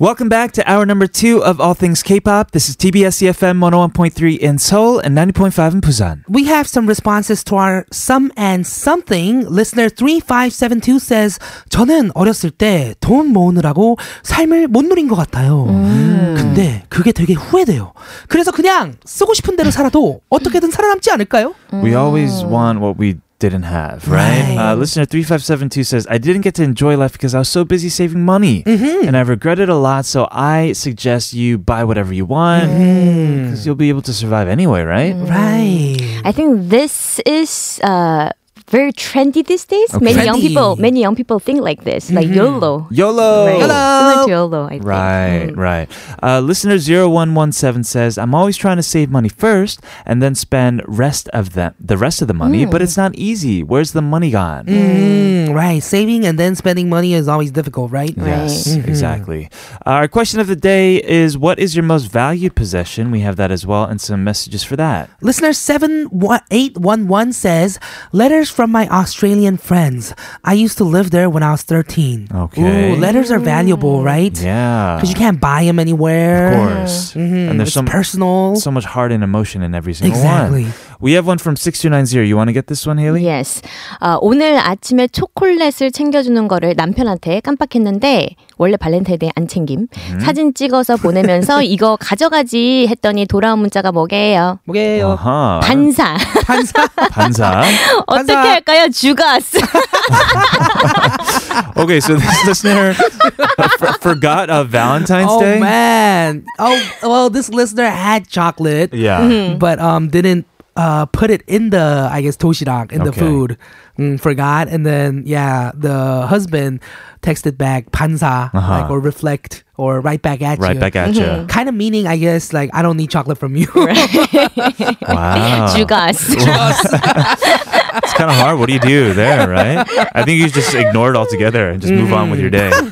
Speaker 2: Welcome back to hour number two of All Things K-pop. This is TBS EFM 101.3 in Seoul and 90.5 in Busan.
Speaker 1: We have some responses to our some and something. Listener 3572 says, 저는 어렸을 때 돈 모으느라고 삶을 못 누린 것 같아요. 근데 그게 되게 후회돼요. 그래서 그냥 쓰고 싶은 대로 살아도 어떻게든 살아남지 않을까요?
Speaker 2: We always want what we didn't have, right?
Speaker 1: Oh. Right.
Speaker 2: Uh, listener 3572 says, I didn't get to enjoy life because I was so busy saving money.
Speaker 1: Mm-hmm.
Speaker 2: And I regret it a lot, so I suggest you buy whatever you want
Speaker 1: Mm.
Speaker 2: because you'll be able to survive anyway, right?
Speaker 1: Right.
Speaker 5: I think this is uh, very trendy these days.
Speaker 2: Okay.
Speaker 5: Many
Speaker 1: Trendy.
Speaker 5: young
Speaker 1: Mm-hmm.
Speaker 5: people, many young people think like this, like YOLO.
Speaker 2: YOLO!
Speaker 5: Right?
Speaker 1: YOLO.
Speaker 5: Similar to YOLO, I think. Mm.
Speaker 2: Right,
Speaker 1: Mm.
Speaker 2: right. Uh, listener 0117 says, I'm always trying to save money first and then spend rest of them, the rest of the money, but it's not easy. Where's the money gone?
Speaker 1: Mm, right. Saving and then spending money is always difficult, right? Mm-hmm.
Speaker 2: Yes, exactly. Our question of the day is What is your most valued possession? We have that as well, and some messages for that.
Speaker 1: Listener 7811 says, Letters from my Australian friends. I used to live there when I was 13.
Speaker 2: Okay.
Speaker 1: Ooh, letters are valuable, right?
Speaker 2: Yeah.
Speaker 1: Because you can't buy them
Speaker 2: Uh, Of
Speaker 1: anywhere.
Speaker 2: course. And there's
Speaker 1: It's
Speaker 2: some.
Speaker 1: personal.
Speaker 2: so much heart and emotion in every single
Speaker 1: Exactly.
Speaker 2: one. We have one from 6290. You want to get this one, Haley?
Speaker 5: Yes. 아, 오늘 아침에 초콜릿을 챙겨주는 거를 남편한테 깜빡했는데 원래 발렌타인데이 안 챙김.
Speaker 1: 음.
Speaker 5: 사진 찍어서 보내면서 이거 가져가지 했더니 돌아온 문자가 뭐게요?
Speaker 1: 뭐게요?
Speaker 2: Uh-huh.
Speaker 5: 반사.
Speaker 1: 판사.
Speaker 2: 반사.
Speaker 5: 어떻게
Speaker 1: 반사.
Speaker 5: 할까요? 주가스.
Speaker 2: Okay, so this listener f- forgot uh, Valentine's
Speaker 1: oh
Speaker 2: Day.
Speaker 1: man. Oh well, this listener had chocolate,
Speaker 2: Yeah.
Speaker 1: but um didn't uh put it in the I guess toshirak in the
Speaker 2: Okay.
Speaker 1: food. Mm, forgot, and then yeah, the husband texted back panza like or reflect or right back at
Speaker 2: Uh-huh. Right
Speaker 1: you.
Speaker 2: back at you.
Speaker 1: Kind of meaning, I guess, like I don't need chocolate from you.
Speaker 2: Wow.
Speaker 5: 주가스.
Speaker 2: It's kind of hard. What do you do there, right? I think you just ignore it altogether and just move on with your day.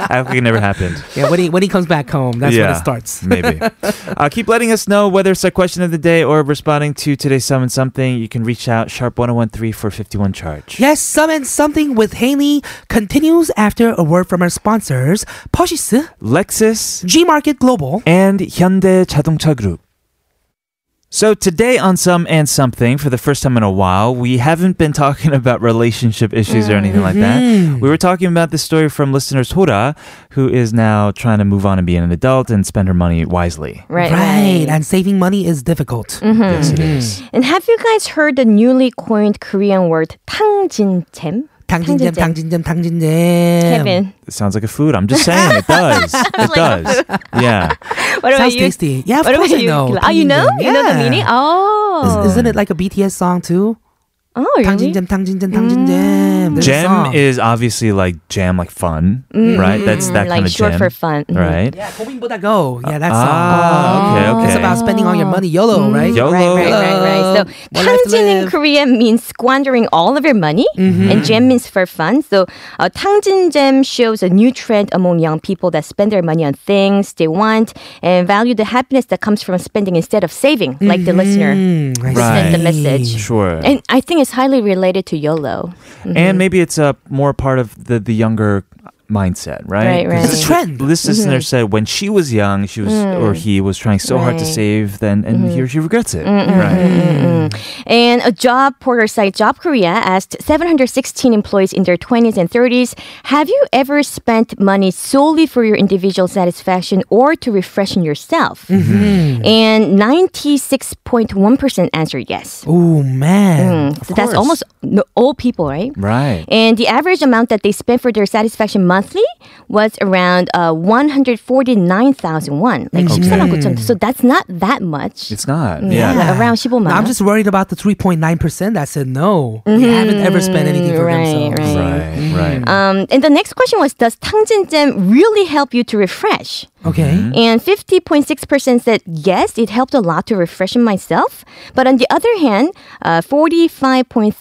Speaker 2: That could never happened.
Speaker 1: yeah, when he when he comes back home, that's when it starts.
Speaker 2: maybe. Uh, keep letting us know whether it's a question of the day or responding to today's summon something. You can reach out sharp 1013 for 51 charge.
Speaker 1: Yes, summon something with Haley continues after a word from our sponsors, Poshisu,
Speaker 2: Lexus
Speaker 1: G Market Global.
Speaker 2: and Hyundai Ja동차 Group. So today on Some and Something, for the first time in a while, we haven't been talking about relationship issues or anything like
Speaker 1: Mm-hmm.
Speaker 2: that. We were talking about the story from listener Hora, who is now trying to move on and be an adult and spend her money wisely.
Speaker 5: right. Mm.
Speaker 1: Right, and saving money is difficult.
Speaker 2: Yes, it is.
Speaker 5: And have you guys heard the newly coined Korean word 탕진잼?
Speaker 1: 당진잼, 당진잼, 당진잼.
Speaker 5: Kevin,
Speaker 2: It sounds like a food. I'm just saying, it does. It does. Yeah.
Speaker 5: what about
Speaker 1: Sounds
Speaker 5: you?
Speaker 1: tasty. Yeah, of
Speaker 5: What about
Speaker 1: course I know.
Speaker 5: you? Oh, you know?
Speaker 1: 당진잼.
Speaker 5: You know the
Speaker 1: Yeah.
Speaker 5: meaning? Oh.
Speaker 1: Is, not it like a BTS song too?
Speaker 5: oh, really? Mm.
Speaker 1: 당진잼, 당진잼, 당진잼. There's a
Speaker 2: Jam
Speaker 1: song.
Speaker 2: is obviously like jam, like fun, right? That's that
Speaker 5: Mm-hmm.
Speaker 2: kind
Speaker 5: like
Speaker 2: of
Speaker 5: short
Speaker 2: jam,
Speaker 5: for fun. Mhm.
Speaker 2: right?
Speaker 1: Yeah, 고민보다 go. Yeah, that song.
Speaker 2: Ah, okay, okay. Mm.
Speaker 1: It's about spending all your money. YOLO, right?
Speaker 2: YOLO.
Speaker 5: Oh. Right, right, right, right. So
Speaker 1: One life to
Speaker 5: 탕진 in
Speaker 1: live.
Speaker 5: Korean means squandering all of your money, and jam means for fun. So uh, 탕진 jam shows a new trend among young people that spend their money on things they want and value the happiness that comes from spending instead of saving, like the listener
Speaker 1: I
Speaker 5: who sent the
Speaker 2: Right.
Speaker 5: message.
Speaker 2: Sure.
Speaker 5: And I think it's highly related to YOLO.
Speaker 2: and maybe it's a more part of the the younger mindset, right?
Speaker 5: Right,
Speaker 2: 'Cause
Speaker 5: right. Mm-hmm.
Speaker 1: It's a trend.
Speaker 2: This listener said when she was young, she was or he was trying so hard to
Speaker 5: Mm. Right. Mm-hmm.
Speaker 2: save, then and here she regrets it, right?
Speaker 5: And a job portal site Job Korea asked 716 employees in their 20s and 30s, have you ever spent money solely for your individual satisfaction or to refreshen yourself? And 96.1% answered yes.
Speaker 1: Oh man.
Speaker 5: so that's almost no- all people, right?
Speaker 2: Right.
Speaker 5: And the average amount that they spent for their satisfaction monthly was around uh, 149,000 won. Like 149,000. So that's not that much.
Speaker 2: It's not. Yeah.
Speaker 5: like around 15만
Speaker 1: Now,
Speaker 5: 원.
Speaker 1: I'm just worried about the 3.9% that said no. They haven't ever spent anything for
Speaker 5: Mm-hmm. right,
Speaker 1: themselves.
Speaker 5: right.
Speaker 2: Right. Right.
Speaker 5: Um, and the next question was Does Tangjin Jam really help you to refresh?
Speaker 1: Okay.
Speaker 2: Mm-hmm. Hmm.
Speaker 5: And 50.6% said yes, it helped a lot to refreshen myself. But on the other hand, uh, 45.3%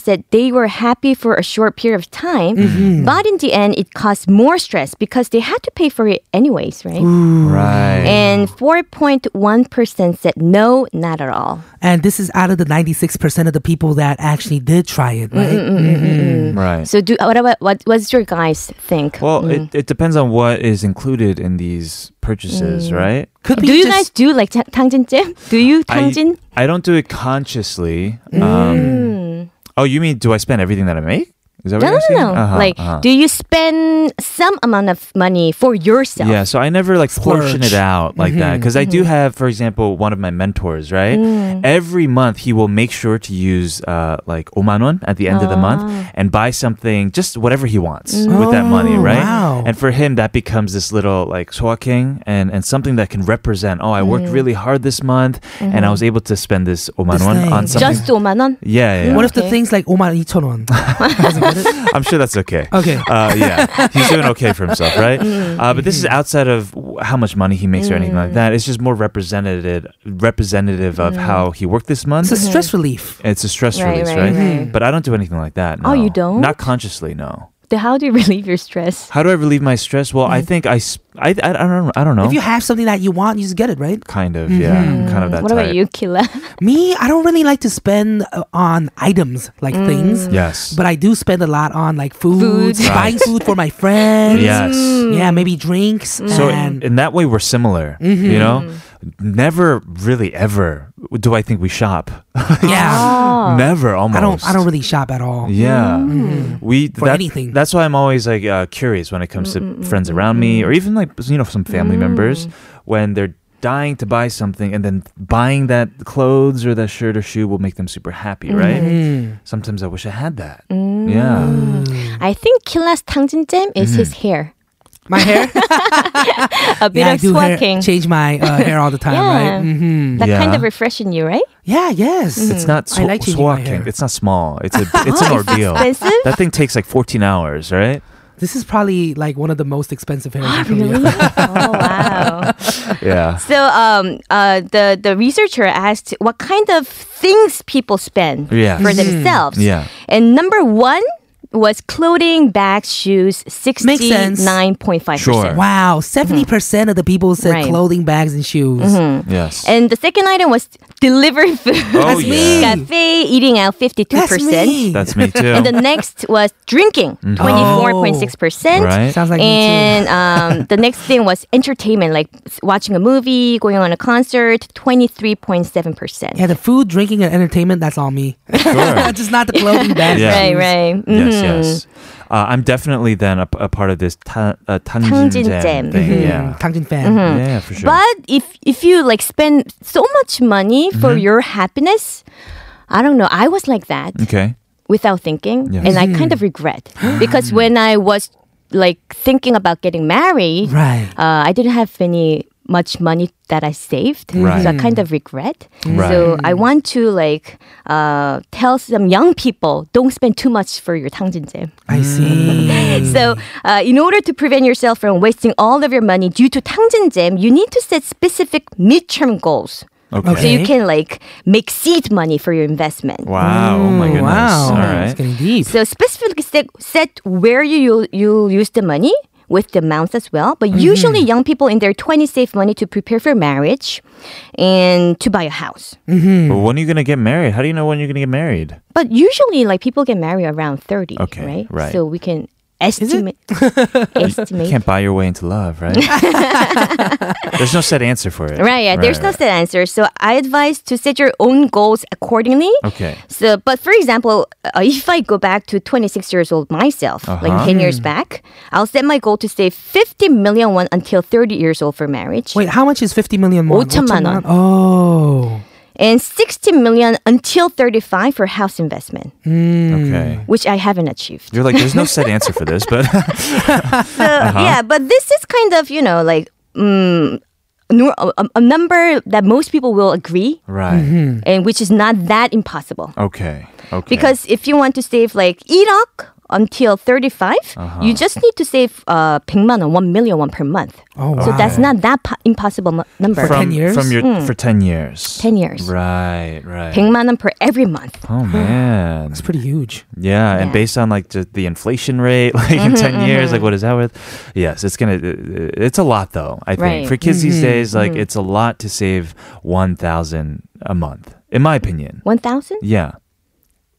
Speaker 5: said they were happy for a short period of time.
Speaker 2: Mm-hmm.
Speaker 5: But in the end, it caused more stress because they had to pay for it anyways, right?
Speaker 2: Right.
Speaker 5: And 4.1% said no, not at all.
Speaker 1: And this is out of the 96% of the people that actually did try it, right?
Speaker 2: right.
Speaker 5: So, mm. do what about what? What's your guys think?
Speaker 2: well, it, it depends on what is included in these
Speaker 5: Mm.
Speaker 2: purchases, right?
Speaker 1: Could
Speaker 5: do you
Speaker 1: just-
Speaker 5: guys do like tangjinjim? Do you tangjin?
Speaker 2: I, I don't do it consciously. Um, oh, you mean do I spend everything that I make? Is that what
Speaker 5: Mm. No, no,
Speaker 2: you're
Speaker 5: no,
Speaker 2: saying? Uh-huh,
Speaker 5: no. Like, do you spend some amount of money for yourself?
Speaker 2: Yeah, so I never like portion
Speaker 1: Splurge. Mm-hmm.
Speaker 2: it out like that because I do have, for example, one of my mentors. Right,
Speaker 1: Mm.
Speaker 2: every month he will make sure to use uh, like omanon at the end of the
Speaker 1: Ah.
Speaker 2: month and buy something, just whatever he wants with that money.
Speaker 1: Oh,
Speaker 2: Right,
Speaker 1: wow.
Speaker 2: and for him that becomes this little like soaking and and something that can represent. Oh, I worked
Speaker 1: Mm.
Speaker 2: really hard this month and I was able to spend this omanon
Speaker 1: Mm-hmm. thing.
Speaker 2: on something.
Speaker 5: Just 5만 원?
Speaker 2: yeah, yeah, yeah.
Speaker 1: What if the
Speaker 5: Okay.
Speaker 1: things like 5만 2천 원? Doesn't get it?
Speaker 2: I'm sure that's okay.
Speaker 1: Okay.
Speaker 2: Uh, yeah, he's doing okay for himself, right? Uh, but this is outside of w- how much money he makes or anything like that. It's just more representative, representative of how he worked this month.
Speaker 1: It's a stress relief.
Speaker 2: It's a stress
Speaker 5: Mm-hmm. Right,
Speaker 2: release,
Speaker 5: right,
Speaker 2: right?
Speaker 5: right.
Speaker 2: But I don't do anything like that. no.
Speaker 5: Oh, you don't?
Speaker 2: Not consciously, no.
Speaker 5: Then how do you relieve your stress?
Speaker 2: How do I relieve my stress? Well, I
Speaker 5: Mm.
Speaker 2: think I, s- I, I- I don't, I don't know.
Speaker 1: If you have something that you want, you just get it, right?
Speaker 2: kind of, yeah, I'm Mm, kind of that
Speaker 5: Mm-hmm. Mm. What
Speaker 2: type.
Speaker 5: about you, Killa?
Speaker 1: Me, I don't really like to spend uh, on items like
Speaker 5: Mm.
Speaker 1: things,
Speaker 2: Yes.
Speaker 1: but I do spend a lot on like food,
Speaker 5: Food.
Speaker 1: buying
Speaker 2: Right.
Speaker 1: food for my friends.
Speaker 2: yes.
Speaker 1: Yeah, maybe drinks.
Speaker 5: Mm.
Speaker 2: So in,
Speaker 1: and
Speaker 2: in that way, we're similar.
Speaker 1: Mm-hmm.
Speaker 2: You know,
Speaker 5: Mm-hmm.
Speaker 2: never really ever do I think we shop.
Speaker 1: yeah,
Speaker 5: Oh.
Speaker 2: never, almost.
Speaker 1: I don't. I don't really shop at all.
Speaker 2: Yeah, we
Speaker 1: Mm-hmm. For
Speaker 2: that-
Speaker 1: anything.
Speaker 2: That's why I'm always like uh, curious when it comes to friends around me, or even like you know some family
Speaker 5: Mm.
Speaker 2: members when they're dying to buy something, and then buying that clothes or that shirt or shoe will make them super happy,
Speaker 5: Mm-hmm.
Speaker 2: right?
Speaker 1: Mm.
Speaker 2: Sometimes I wish I had that.
Speaker 5: Mm.
Speaker 2: Yeah,
Speaker 5: I think Killa's tangjinjim is his
Speaker 2: Mm-hmm.
Speaker 5: hair.
Speaker 1: My hair.
Speaker 5: A bit
Speaker 1: yeah, I
Speaker 5: of
Speaker 1: do hair,
Speaker 5: swacking.
Speaker 1: change my uh, hair all the time, right?
Speaker 5: Yeah.
Speaker 1: Mm-hmm.
Speaker 2: Yeah.
Speaker 5: That
Speaker 2: Mm-hmm.
Speaker 5: kind of refreshing you, right?
Speaker 1: Yeah. Yes.
Speaker 2: it's
Speaker 1: I
Speaker 2: not sw-
Speaker 1: like changing my hair.
Speaker 2: swacking. It's not small. It's a it's an ordeal.
Speaker 5: expensive?
Speaker 2: That thing takes like 14 hours, right?
Speaker 1: This is probably like one of the most expensive hairs. in Korea.
Speaker 5: Really? oh wow.
Speaker 2: Yeah.
Speaker 5: So um uh the the researcher asked what kind of things people spend
Speaker 2: Yes. Mm.
Speaker 5: for themselves.
Speaker 2: Yeah.
Speaker 5: And number 1 was clothing, bags, shoes,
Speaker 1: Makes sense.
Speaker 5: 69.5%.
Speaker 2: Sure.
Speaker 1: Wow, 70% percent of the people said
Speaker 5: Right.
Speaker 1: clothing, bags, and shoes.
Speaker 2: Mm-hmm. Yes.
Speaker 5: And the second item was delivery food.
Speaker 2: oh
Speaker 1: That's me.
Speaker 2: yeah.
Speaker 5: Cafe eating out 52%.
Speaker 1: That's me.
Speaker 2: That's me too.
Speaker 5: And the next was drinking,
Speaker 2: Mm-hmm.
Speaker 5: 24.6%.
Speaker 2: Oh. Right.
Speaker 1: Sounds like me
Speaker 5: and um, the next thing was entertainment, like s- watching a movie, going on a concert, 23.7%.
Speaker 1: too. Yeah, the food, drinking, and entertainment, that's all me.
Speaker 2: Sure.
Speaker 1: Just not the clothing, bags,
Speaker 2: Yeah.
Speaker 1: and shoes.
Speaker 5: Right, right. Mm-hmm.
Speaker 2: Yes, yes. Uh, I'm definitely then a, a part of this ta- uh,
Speaker 5: Tangjin
Speaker 2: tanjin
Speaker 5: jam. Mm-hmm.
Speaker 2: thing.
Speaker 1: Mm,
Speaker 2: Yeah.
Speaker 1: Tangjin fan.
Speaker 2: Yeah, for sure.
Speaker 5: But if if you like spend so much money
Speaker 2: Mm-hmm.
Speaker 5: for your happiness, I don't know. I was like that.
Speaker 2: okay.
Speaker 5: without thinking
Speaker 2: Mm. Yes. Mm.
Speaker 5: and I kind of regret because when I was like thinking about getting married
Speaker 1: Right.
Speaker 5: uh, I didn't have any much money that I saved
Speaker 2: Right. Mm.
Speaker 5: so I kind of regret
Speaker 2: Right.
Speaker 5: so I want to like uh, tell some young people don't spend too much for your tangjinjim
Speaker 1: I
Speaker 2: Mm.
Speaker 1: see.
Speaker 5: so uh, in order to prevent yourself from wasting all of your money due to tangjinjim you need to set specific midterm goals
Speaker 2: Okay.
Speaker 5: so you
Speaker 1: Okay.
Speaker 5: can like make seed money for your investment
Speaker 2: Wow. Oh my goodness.
Speaker 5: Mm,
Speaker 1: Wow. It's
Speaker 2: All right.
Speaker 1: getting deep.
Speaker 5: So specifically set, set where you you use the money with the amounts as well. But usually young people in their 20s save money to prepare for marriage and to buy a house.
Speaker 2: But when are you gonna get married? How do you know when you're gonna get married?
Speaker 5: But usually like people get married around 30,
Speaker 2: Okay,
Speaker 5: right?
Speaker 2: right.
Speaker 5: So we can estimate
Speaker 2: You
Speaker 5: estimate.
Speaker 2: can't buy your way into love, right? there's no set answer for it.
Speaker 5: Right, yeah, there's no
Speaker 2: right.
Speaker 5: set answer. So I advise to set your own goals accordingly.
Speaker 2: Okay.
Speaker 5: So, but for example, uh, if I go back to 26 years old myself,
Speaker 2: Uh-huh.
Speaker 5: like 10 years back, I'll set my goal to save 50 million won until 30 years old for marriage,
Speaker 1: Wait, how much is 50 million won?
Speaker 5: 5,000,000
Speaker 1: 5,000,000? Oh.
Speaker 5: and 60 million until 35 for house investment,
Speaker 2: Hmm.
Speaker 5: Mm.
Speaker 2: Okay.
Speaker 5: which I haven't achieved.
Speaker 2: You're like, there's no set answer for this, but
Speaker 5: So
Speaker 2: Uh-huh.
Speaker 5: yeah, but this is kind of you know like. Mm, nor- a, a- a number that most people will agree,
Speaker 2: right.
Speaker 5: Mm-hmm. and which is not that impossible.
Speaker 2: Okay. Okay.
Speaker 5: Because if you want to save like 1억 until 35,
Speaker 2: Uh-huh.
Speaker 5: you just need to save uh, 100만 won, 1 million won per month.
Speaker 1: Oh,
Speaker 5: So
Speaker 1: wow.
Speaker 5: that's not that po- impossible mu- number.
Speaker 1: For 10 years?
Speaker 2: From your, For 10 years.
Speaker 5: 10 Mm. years.
Speaker 2: Right, right.
Speaker 5: 100만 won per every month.
Speaker 2: Oh man,
Speaker 1: It's pretty huge.
Speaker 2: yeah, and
Speaker 5: Yeah. Mm-hmm,
Speaker 2: based on like the, the inflation rate, like in 10 years, like what is that worth? Yes, it's gonna, uh, it's a lot though. I think
Speaker 5: Right. mm-hmm.
Speaker 2: for kids these days, like it's a lot to save one thousand a month, in my opinion.
Speaker 5: 1,000?
Speaker 2: Yeah,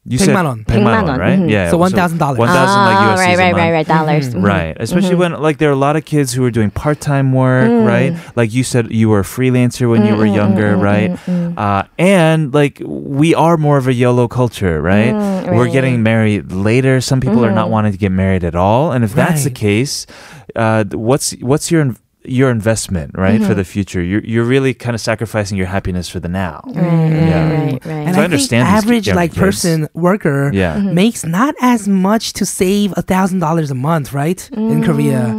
Speaker 2: you
Speaker 1: 100,000 won.
Speaker 2: 100,000
Speaker 5: 100,000,
Speaker 2: right?
Speaker 5: mhm.
Speaker 2: Yeah,
Speaker 1: So $1,000.
Speaker 2: one thousand mm-hmm. like
Speaker 5: Ah,
Speaker 2: USDs a
Speaker 5: right, right,
Speaker 2: month.
Speaker 5: right, right, dollars.
Speaker 1: Mm-hmm.
Speaker 5: Mhm.
Speaker 2: Right. Especially when like there are a lot of kids who are doing part-time work,
Speaker 5: Mm.
Speaker 2: right? Like you said you were a
Speaker 5: Mm-hmm.
Speaker 2: freelancer when you were younger, right? Uh, and like we are more of a YOLO culture, right? We're
Speaker 5: Mm-hmm. right.
Speaker 2: getting married later. Some people are not
Speaker 5: Mm-hmm.
Speaker 2: wanting to get married at all. And if that's the
Speaker 1: Right.
Speaker 2: case, uh, th- what's what's your in- your investment, right,
Speaker 5: Mm-hmm.
Speaker 2: for the future? You're you're really kind of sacrificing your happiness for the now. Yeah.
Speaker 5: Right,
Speaker 1: And
Speaker 5: right.
Speaker 2: So I
Speaker 1: I,
Speaker 2: understand
Speaker 1: think
Speaker 2: these
Speaker 1: average
Speaker 2: young
Speaker 1: like
Speaker 2: kids.
Speaker 1: person worker
Speaker 2: Yeah. Mhm.
Speaker 1: makes not as much to save a thousand dollars a month, right? In Korea,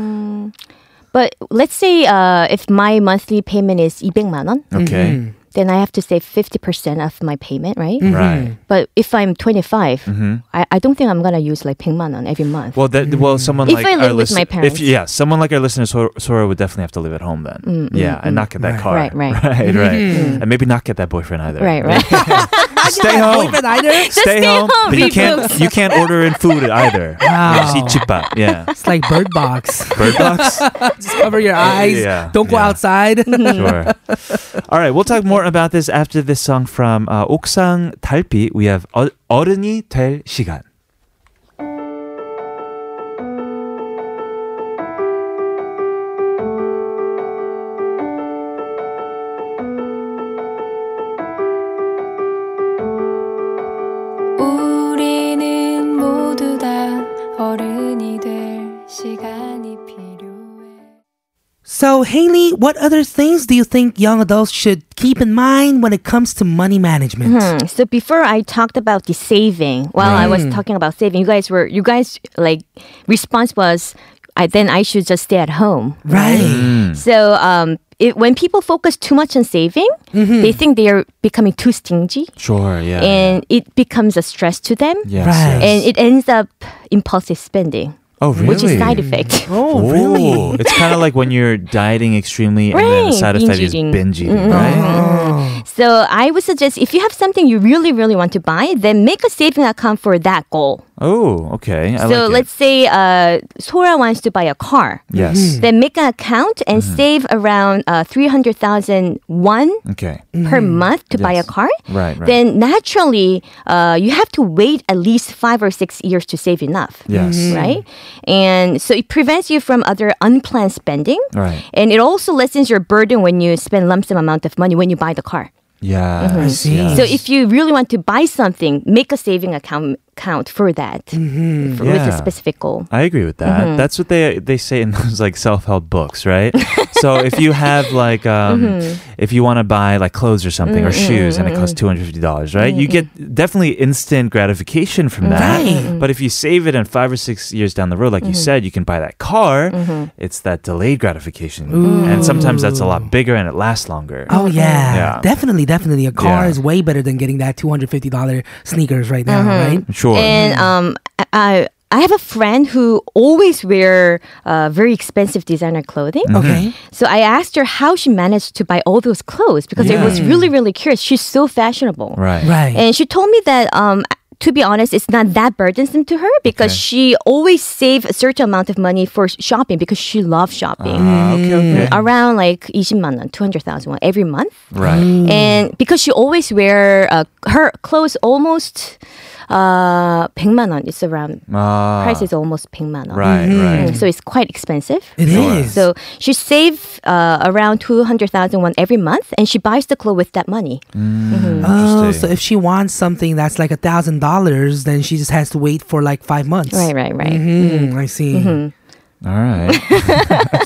Speaker 5: But let's say uh, if my monthly payment is 200만 won,
Speaker 2: Mm-hmm. Okay.
Speaker 5: then I have to save 50% of my payment, right?
Speaker 1: Mm-hmm.
Speaker 2: Right.
Speaker 5: But if I'm 25, I, I don't think I'm going to use like 100만 won every month.
Speaker 2: Well, that well, someone
Speaker 5: Mm-hmm. If
Speaker 2: like
Speaker 5: I
Speaker 2: our
Speaker 5: live with
Speaker 2: listen-
Speaker 5: my
Speaker 2: If,
Speaker 5: parents.
Speaker 2: yeah, someone like our listener Sor- Sora would definitely have to live at home then. yeah, and not get that car.
Speaker 5: Mm-hmm. Right, Mm-hmm. right.
Speaker 2: right, right.
Speaker 1: Mm-hmm.
Speaker 2: and maybe not get that boyfriend either.
Speaker 5: Mm. right, right.
Speaker 2: Stay home.
Speaker 1: But either
Speaker 2: Stay
Speaker 5: stay
Speaker 2: home.
Speaker 5: home,
Speaker 2: But you
Speaker 5: read
Speaker 2: can't. You can't order in food either.
Speaker 1: Wow.
Speaker 2: You see chippa. Yeah.
Speaker 1: it's like bird box.
Speaker 2: Bird box.
Speaker 1: Just cover your eyes.
Speaker 2: Yeah,
Speaker 1: Don't go
Speaker 2: yeah.
Speaker 1: outside.
Speaker 2: sure. All right, we'll talk more about this after this song from uh, 옥상 달빛. We have 어, 어른이 될 시간.
Speaker 3: 우리는 모두 다 어른이 될 시간이 필요해.
Speaker 1: So, Haley, what other things do you think young adults should keep in mind when it comes to money management?
Speaker 5: Hmm, so before I talked about the saving, while I was talking about saving, you guys were you guys like response was, I then I should just stay at home.
Speaker 1: Right.
Speaker 2: Mm.
Speaker 5: So um, it, when people focus too much on saving, they think they are becoming too stingy,
Speaker 2: Sure. Yeah.
Speaker 5: and it becomes a stress to them,
Speaker 2: yes,
Speaker 1: Right.
Speaker 5: and it ends up impulsive spending,
Speaker 2: oh, really?
Speaker 5: which is side effect.
Speaker 1: Oh,
Speaker 2: Ooh,
Speaker 1: really?
Speaker 2: It's kind of like when you're dieting extremely and then the
Speaker 5: Right,
Speaker 2: side
Speaker 5: binge
Speaker 2: effect is
Speaker 5: eating. Mm-hmm.
Speaker 2: binge eating, right?
Speaker 5: So I would suggest if you have something you really really want to buy, then make a saving account for that goal.
Speaker 2: Oh, okay. I like
Speaker 5: so
Speaker 2: it.
Speaker 5: let's say uh, Sora wants to buy a car.
Speaker 2: Yes. Mm-hmm.
Speaker 5: Then make an account and save around uh, 300,000 won
Speaker 2: Okay.
Speaker 5: per month to buy a
Speaker 2: Yes.
Speaker 5: car.
Speaker 2: Right, right.
Speaker 5: Then naturally, uh, you have to wait at least five or six years to save enough.
Speaker 2: Yes.
Speaker 5: Right? And so it prevents you from other unplanned spending.
Speaker 2: Right.
Speaker 5: And it also lessens your burden when you spend lump sum amount of money when you buy the car.
Speaker 2: Yeah.
Speaker 1: I see.
Speaker 5: So if you really want to buy something, make a saving account account for that for- with a
Speaker 2: Mm-hmm. Yeah.
Speaker 5: specific goal.
Speaker 2: I agree with that. That's what they they say in those like self help books, right? so if you have like um, if you want to buy like clothes or something or shoes and it costs two hundred fifty dollars, right? You get definitely instant gratification from that. But if you save it and five or six years down the road, like you said, you can buy that car. It's that delayed gratification, and sometimes that's a lot bigger and it lasts longer.
Speaker 1: Oh yeah.
Speaker 2: Yeah.
Speaker 1: definitely, definitely. A car
Speaker 2: Yeah.
Speaker 1: is way better than getting that two hundred fifty dollar sneakers right now, right?
Speaker 2: Sure.
Speaker 5: And um, I- I I have a friend who always wear uh, very expensive designer clothing.
Speaker 2: Mm-hmm.
Speaker 1: Okay,
Speaker 5: So I asked her how she managed to buy all those clothes because I was really really curious. She's so fashionable,
Speaker 2: right.
Speaker 1: right.
Speaker 5: and she told me that um. To be honest, it's not that burdensome to her because she always save a certain amount of money for shopping because she loves shopping.
Speaker 2: Ah, okay. Okay.
Speaker 5: Mm. Around like 20만 원, 200,000 won every month.
Speaker 2: Right.
Speaker 5: And because she always wear uh, her clothes almost uh, 100만 원. It's around
Speaker 2: Ah,
Speaker 5: price is almost 100만 원.
Speaker 2: Right. Right.
Speaker 5: Mm, So it's quite expensive.
Speaker 1: It is.
Speaker 5: So she save uh, around 200,000 won every month and she buys the clothes with that money.
Speaker 1: Oh, so
Speaker 2: Interesting.
Speaker 1: if she wants something that's like a thousand dollars, then she just has to wait for like five months.
Speaker 5: Mm-hmm. Right, right, right.
Speaker 1: Mm, I see.
Speaker 2: All right.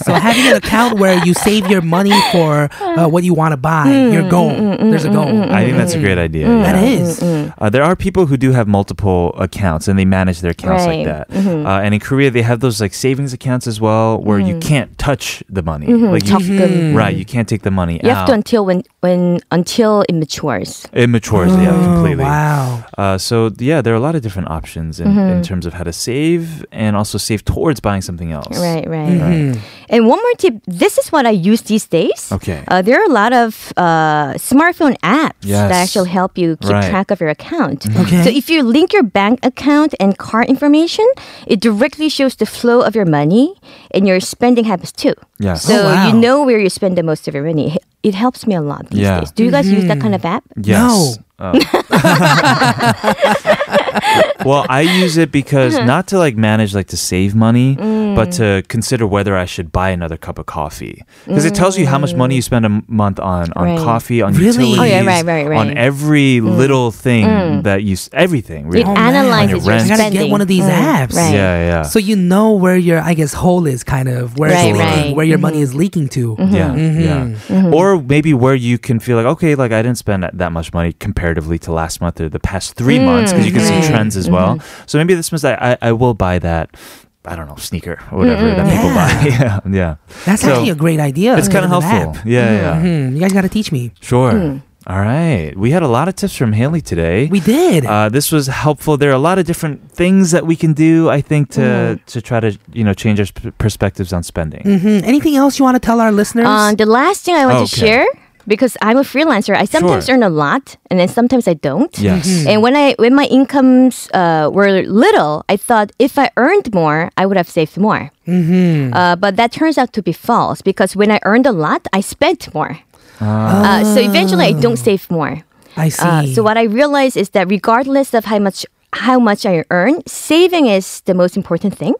Speaker 1: So having an account where you save your money for uh, what you want to buy,
Speaker 5: Mm,
Speaker 1: your goal. There's a goal.
Speaker 2: I think that's a great idea. yeah.
Speaker 1: That is.
Speaker 5: mm.
Speaker 2: Uh, there are people who do have multiple accounts and they manage their accounts
Speaker 5: Right. Mm-hmm.
Speaker 2: like that. Uh, and in Korea, they have those like savings accounts as well, where you
Speaker 5: Mm-hmm.
Speaker 2: can't touch the money. Like you,
Speaker 1: Mm-hmm.
Speaker 5: 적금.
Speaker 2: right, you can't take the money
Speaker 5: Mm-hmm. You have
Speaker 2: out.
Speaker 5: to until when when until it matures.
Speaker 2: it matures, yeah,
Speaker 1: Oh,
Speaker 2: completely.
Speaker 1: wow.
Speaker 2: Uh, so yeah, there are a lot of different options in,
Speaker 5: Mm-hmm.
Speaker 2: in terms of how to save and also save towards buying something else.
Speaker 5: Right, right.
Speaker 2: Mm-hmm.
Speaker 1: Mm-hmm.
Speaker 5: And one more tip. This is what I use these days.
Speaker 2: Okay.
Speaker 5: Uh, there are a lot of uh, smartphone apps
Speaker 2: Yes.
Speaker 5: that actually help you keep
Speaker 2: Right. Mm-hmm.
Speaker 5: track of your account.
Speaker 1: Okay.
Speaker 5: So if you link your bank account and card information, it directly shows the flow of your money and your spending habits too.
Speaker 2: Yes.
Speaker 5: So
Speaker 1: Oh, wow.
Speaker 5: you know where you spend the most of your money. It helps me a lot these
Speaker 2: Yeah.
Speaker 5: days. Do you guys use that
Speaker 1: Mm-hmm.
Speaker 5: kind of app?
Speaker 2: Yes. Oh. well, I use it because not to like manage like to save money, but
Speaker 5: Mm.
Speaker 2: to consider whether I should buy another cup of coffee because it tells you how much money you spend a m- month on on
Speaker 5: Right.
Speaker 2: coffee, on
Speaker 1: Really?
Speaker 2: utilities,
Speaker 1: Oh,
Speaker 5: yeah, right, right, Mm. right.
Speaker 2: on every little thing that you s- everything really.
Speaker 5: It
Speaker 1: Oh, man.
Speaker 5: analyzes
Speaker 2: On your
Speaker 5: your
Speaker 2: rent.
Speaker 1: I gotta get
Speaker 5: spending. Mm.
Speaker 1: one of these apps.
Speaker 5: right.
Speaker 2: Yeah, yeah.
Speaker 1: So you know where your, I guess, hole is kind of where
Speaker 5: Right, Mm-hmm.
Speaker 1: it's leaking,
Speaker 5: right.
Speaker 1: where your money is leaking to.
Speaker 2: Yeah,
Speaker 1: Mm-hmm.
Speaker 2: yeah. Or maybe where you can feel like, okay, like I didn't spend that- that much money comparatively to last month or the past three months because you can see
Speaker 5: right.
Speaker 2: trends as well. So maybe this means I, I I will buy that. I don't know sneaker or whatever that people buy. yeah, yeah.
Speaker 1: That's
Speaker 2: So,
Speaker 1: actually a great idea.
Speaker 2: It's kind of
Speaker 1: an
Speaker 2: helpful.
Speaker 1: app.
Speaker 2: Yeah, yeah.
Speaker 1: Hmm, you guys got to teach me.
Speaker 2: Sure. All right. We had a lot of tips from Haley today.
Speaker 1: We did.
Speaker 2: Uh, this was helpful. There are a lot of different things that we can do. I think to to try to you know change our p- perspectives on spending.
Speaker 1: hmm Anything else you want to tell our listeners?
Speaker 5: Um, the last thing I want to
Speaker 2: Okay.
Speaker 5: share because I'm a freelancer, I sometimes
Speaker 2: Sure.
Speaker 5: earn a lot and then sometimes I don't.
Speaker 2: Yes.
Speaker 5: And when I when my incomes uh, were little, I thought if I earned more, I would have saved more. Mm-hmm. Uh, but that turns out to be false because when I earned a lot, I spent more. Uh, so eventually, I don't save more.
Speaker 1: I see.
Speaker 5: Uh, so what I realized is that regardless of how much how much I earn, saving is the most important thing.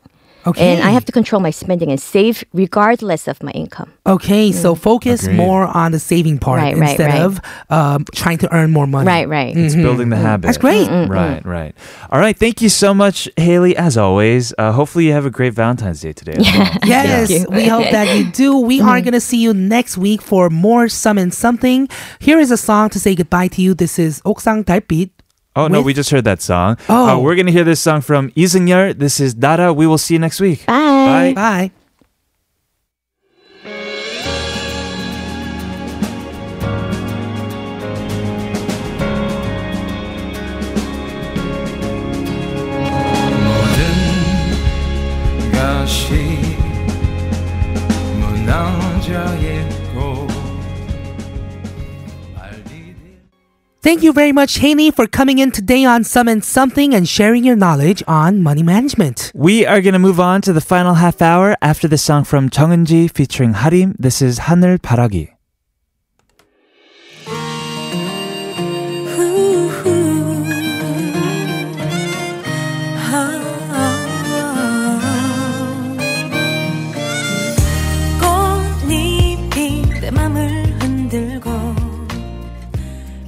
Speaker 1: okay.
Speaker 5: And I have to control my spending and save regardless of my income.
Speaker 1: Okay, so focus
Speaker 2: Agreed.
Speaker 1: more on the saving part
Speaker 5: Mm. Right, right,
Speaker 1: instead
Speaker 5: right.
Speaker 1: of um, trying to earn more money.
Speaker 5: Right, right.
Speaker 2: It's building the habit.
Speaker 1: Mm-hmm. That's great.
Speaker 2: Right, right. All right. Thank you so much, Haley, as always. Uh, hopefully, you have a great Valentine's Day today. as well.
Speaker 1: Yes, we hope that you do. We
Speaker 5: Mm.
Speaker 1: are going to see you next week for more Summon Something. Here is a song to say goodbye to you. This is Oksang Dalpit.
Speaker 2: Oh, no,
Speaker 1: With-
Speaker 2: we just heard that song.
Speaker 1: Oh.
Speaker 2: Uh, we're going to hear this song from Lee Seung-yeol. This is Dara. We will see you next week.
Speaker 5: Bye.
Speaker 1: Bye.
Speaker 4: 모든 것이 무너져 있고 알리리
Speaker 1: Thank you very much, Haney, for coming in today on Summon Something and sharing your knowledge on money management.
Speaker 2: We are going to move on to the final half hour after the song from Chung Eun-ji featuring Harim. This is 하늘 바라기.
Speaker 3: 아,
Speaker 7: 꽃잎이 내 맘을 흔들고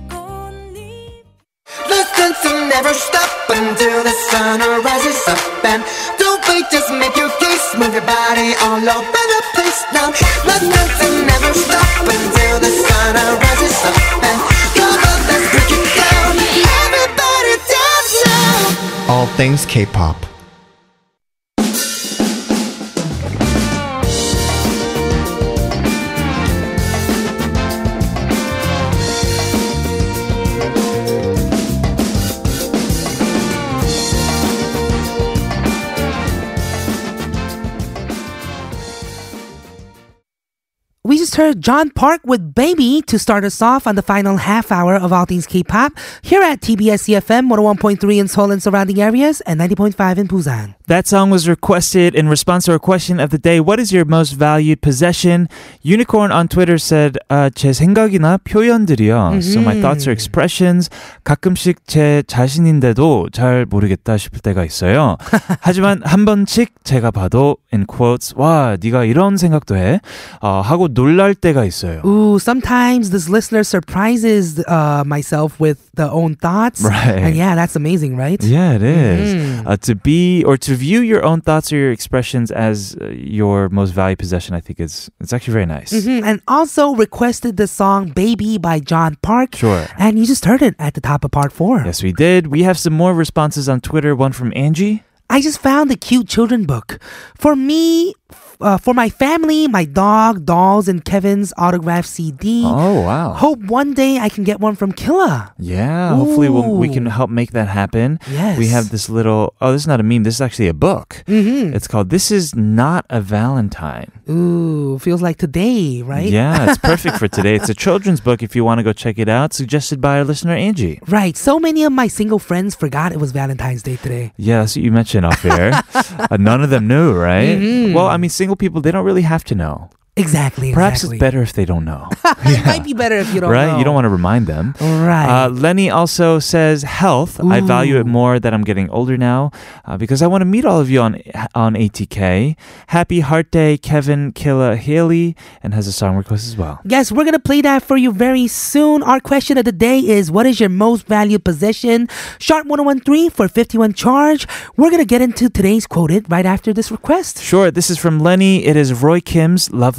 Speaker 7: 꽃잎
Speaker 6: Listen to never stop until the sun rises up and don't wait, just make your case. Move your body all over the place now. Listen to never stop until the sun rises up and come on, let's break it down. Everybody dance now. All things K-pop.
Speaker 1: We just heard John Park with Baby to start us off on the final half hour of All Things K-Pop here at TBS EFM 101.3 in Seoul and surrounding areas and 90.5 in Busan.
Speaker 2: That song was requested in response to our question of the day. What is your most valued possession? Unicorn on Twitter said, uh, 제 생각이나 표현들이요. So my thoughts or expressions. 가끔씩 제 자신인데도 잘 모르겠다 싶을 때가 있어요. 하지만 한 번씩 제가 봐도 in quotes 와 네가 이런 생각도 해 어, 하고 놀랄 필요할 때가 있어요.
Speaker 1: Ooh, sometimes this listener surprises uh, myself with their own thoughts.
Speaker 2: Right.
Speaker 1: And yeah, that's amazing, right?
Speaker 2: Yeah, it is.
Speaker 1: Mhm.
Speaker 2: Uh, to be or to view your own thoughts or your expressions as uh, your most valued possession, I think is it's actually very nice.
Speaker 1: Mhm, And also requested the song Baby by John Park.
Speaker 2: Sure.
Speaker 1: And you just heard it at the top of part four.
Speaker 2: Yes, we did. We have some more responses on Twitter. One from Angie.
Speaker 1: I just found the cute children book. For me, f- uh, for my family, my dog, dolls, and Kevin's autograph CD.
Speaker 2: Oh, wow.
Speaker 1: Hope one day I can get one from Killa.
Speaker 2: yeah, hopefully we'll, we
Speaker 1: Ooh.
Speaker 2: can help make that happen.
Speaker 1: Yes.
Speaker 2: We have this little. Oh, this is not a meme. This is actually a book. It's called "This Is Not a Valentine."
Speaker 1: Ooh, feels like today, right?
Speaker 2: Yeah, it's perfect for today. It's a children's book. If you want to go check it out, suggested by our listener Angie.
Speaker 1: Right. So many of my single friends forgot it was Valentine's Day today.
Speaker 2: Yeah, that's what you mentioned off air. uh, none of them knew, right? Well, I mean, single people they don't really have to know.
Speaker 1: Exactly.
Speaker 2: Perhaps
Speaker 1: exactly.
Speaker 2: it's better if they don't know,
Speaker 1: It might be better if you don't
Speaker 2: right?
Speaker 1: know.
Speaker 2: You don't want to remind them.
Speaker 1: Right.
Speaker 2: Uh, Lenny also says health. I value it more that I'm getting older now uh, because I want to meet all of you on on ATK. Happy Heart Day, Kevin Killa Haley, and has a song request as well.
Speaker 1: Yes, we're going to play that for you very soon. Our question of the day is What is your most valued possession? Sharp 1013 for 51 charge. We're going to get into today's quoted right after this request.
Speaker 2: Sure, this is from Lenny. It is Roy Kim's Love,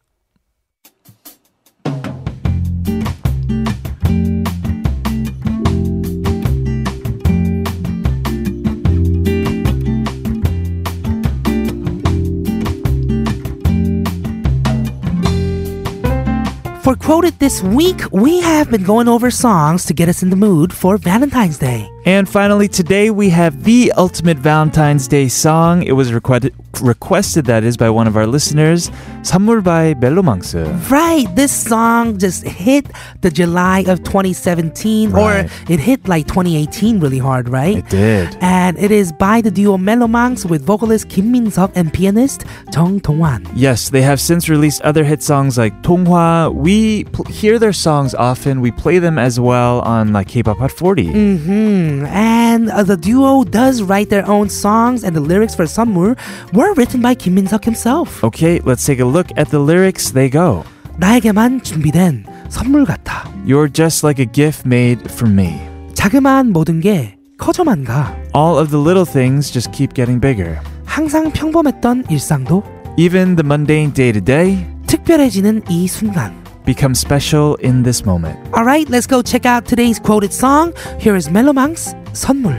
Speaker 1: For quoted this week, we have been going over songs to get us in the mood for Valentine's Day.
Speaker 2: And finally, today we have the ultimate Valentine's Day song. It was requed- requested, that is, by one of our listeners, 선물 by Bellomangs.
Speaker 1: Right, this song just hit the July of 2017, or
Speaker 2: Right.
Speaker 1: it hit like 2018 really hard, right?
Speaker 2: It did.
Speaker 1: And it is by the duo Melomangs with vocalist Kim Min Seok and pianist Jung Dongwan.
Speaker 2: Yes, they have since released other hit songs like Tonghua. We pl- hear their songs often. We play them as well on like K-pop Hot 40. Hmm.
Speaker 1: Mm-hmm. And uh, the duo does write their own songs, and the lyrics for Sunmur were written by Kim Min Seok himself.
Speaker 2: Okay, let's take a look at the lyrics. They go.
Speaker 1: 나에게만 준비된 선물 같아.
Speaker 2: You're just like a gift made for me.
Speaker 1: 자그마한 모든 게 커져만 가.
Speaker 2: All of the little things just keep getting bigger.
Speaker 1: 항상 평범했던 일상도
Speaker 2: Even the mundane day to day
Speaker 1: 특별해지는 이 순간.
Speaker 2: becomes special in this moment.
Speaker 1: All right, let's go check out today's quoted song. Here is Melomang's 선물.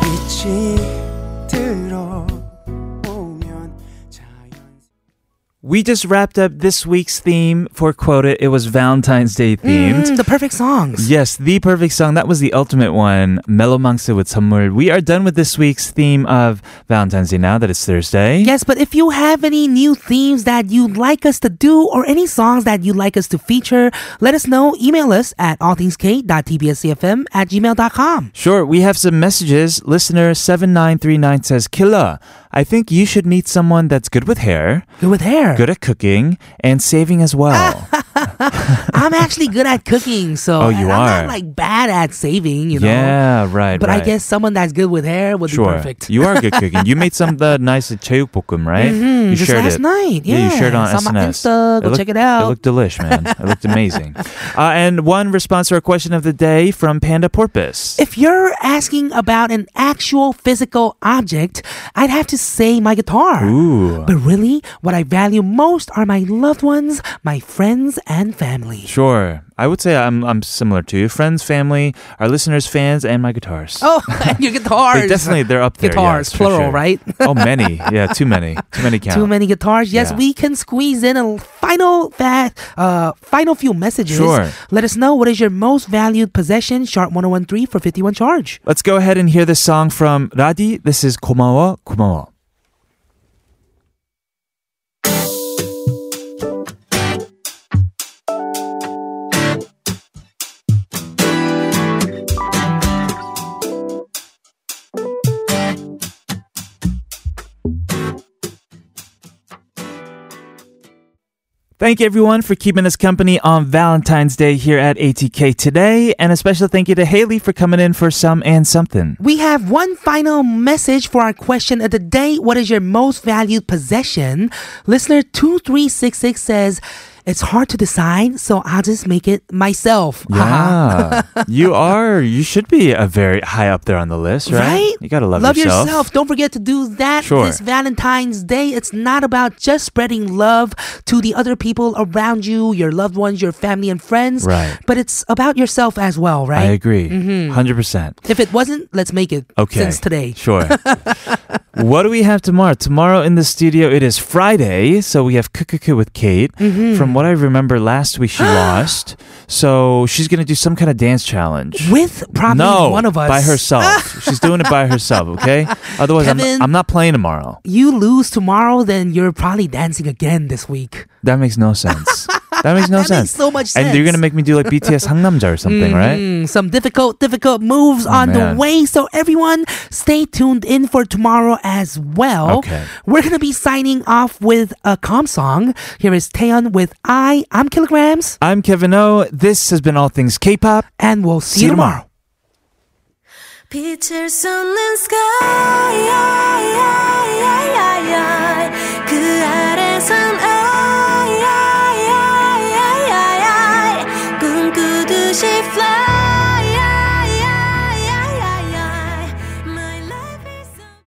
Speaker 6: 빛이 들어오면 자연
Speaker 2: We just wrapped up this week's theme for Quota. It was Valentine's Day themed.
Speaker 1: Mm, the perfect songs.
Speaker 2: Yes, the perfect song. That was the ultimate one. Melomangse with Samul. We are done with this week's theme of Valentine's Day now that it's Thursday.
Speaker 1: Yes, but if you have any new themes that you'd like us to do or any songs that you'd like us to feature, let us know. Email us at allthingsk.tbscfm at gmail.com.
Speaker 2: Sure, we have some messages. Listener 7939 says, Killa, I think you should meet someone that's good with hair,
Speaker 1: Good with hair.
Speaker 2: good at cooking, and saving as well.
Speaker 1: I'm actually good at cooking, so
Speaker 2: Oh, you
Speaker 1: and I'm not
Speaker 2: are.
Speaker 1: like bad at saving, you know.
Speaker 2: yeah, right.
Speaker 1: But I
Speaker 2: right.
Speaker 1: guess someone that's good with hair would
Speaker 2: Sure.
Speaker 1: be perfect.
Speaker 2: You are good cooking. You made some of the nice cheukbokkum, right? You
Speaker 1: Mm-hmm. just
Speaker 2: shared
Speaker 1: last
Speaker 2: it.
Speaker 1: night,
Speaker 2: you shared it
Speaker 1: yeah.
Speaker 2: on
Speaker 1: It's on my
Speaker 2: SNS.
Speaker 1: Insta. Go
Speaker 2: looked-
Speaker 1: check it out.
Speaker 2: It looked delish, man. it looked amazing. Uh, and one response to our question of the day from Panda Porpoise.
Speaker 1: If you're asking about an actual physical object, I'd have to say my guitar.
Speaker 2: Ooh.
Speaker 1: But really, what I value most are my loved ones, my friends, and and family.
Speaker 2: Sure. I would say I'm I'm similar to you. Friends, family, our listeners, fans, and my guitars.
Speaker 1: Oh, and your guitars.
Speaker 2: They definitely they're up there.
Speaker 1: Guitars,
Speaker 2: yes, for
Speaker 1: plural,
Speaker 2: sure.
Speaker 1: right?
Speaker 2: oh, many. Yeah, too many. Too many count.
Speaker 1: Too many guitars. Yes,
Speaker 2: Yeah.
Speaker 1: we can squeeze in a final fast, uh, final few messages.
Speaker 2: Sure.
Speaker 1: Let us know what is your most valued possession. Sharp 1013 for 51 charge.
Speaker 2: Let's go ahead and hear this song from Radi. This is 고마워, 고마워. Thank you everyone for keeping us company on Valentine's Day here at ATK today, and a special thank you to Haley for coming in for some and something.
Speaker 1: We have one final message for our question of the day. What is your most valued possession? Listener 2366 says, It's hard to decide, so I'll just make it myself. Haha.
Speaker 2: Yeah, you are. You should be a very high up there on the list, right? You gotta love,
Speaker 1: yourself. Don't forget to do that
Speaker 2: Sure.
Speaker 1: this Valentine's Day. It's not about just spreading love to the other people around you, your loved ones, your family and friends,
Speaker 2: Right.
Speaker 1: but it's about yourself as well,
Speaker 2: I
Speaker 1: right?
Speaker 2: agree, 100 percent.
Speaker 1: If it wasn't, let's make it
Speaker 2: Okay.
Speaker 1: since today.
Speaker 2: Sure. what do we have tomorrow? Tomorrow in the studio, it is Friday. So we have Kukuku with Kate. From what I remember last week, she lost. So she's going to do some kind of dance challenge.
Speaker 1: With probably
Speaker 2: no,
Speaker 1: one of us.
Speaker 2: By herself. she's doing it by herself, okay? Otherwise, I'm,
Speaker 1: Kevin.
Speaker 2: I'm not playing tomorrow.
Speaker 1: You lose tomorrow, then you're probably dancing again this week.
Speaker 2: That makes no sense. That makes no
Speaker 1: That
Speaker 2: sense.
Speaker 1: makes so much
Speaker 2: And
Speaker 1: sense.
Speaker 2: you're going to make me do like BTS Hangnamja or something, right?
Speaker 1: Mm, some difficult, difficult moves on
Speaker 2: man.
Speaker 1: the way. So everyone, stay tuned in for tomorrow as well.
Speaker 2: Okay.
Speaker 1: We're gonna be signing off with a calm song. Here is Taeyeon with "I." I'm Kilograms,
Speaker 2: I'm Kevin O. This has been All Things K-Pop.
Speaker 1: and we'll see, you tomorrow.
Speaker 7: 빛을 쏟는 sky 그 아래선 I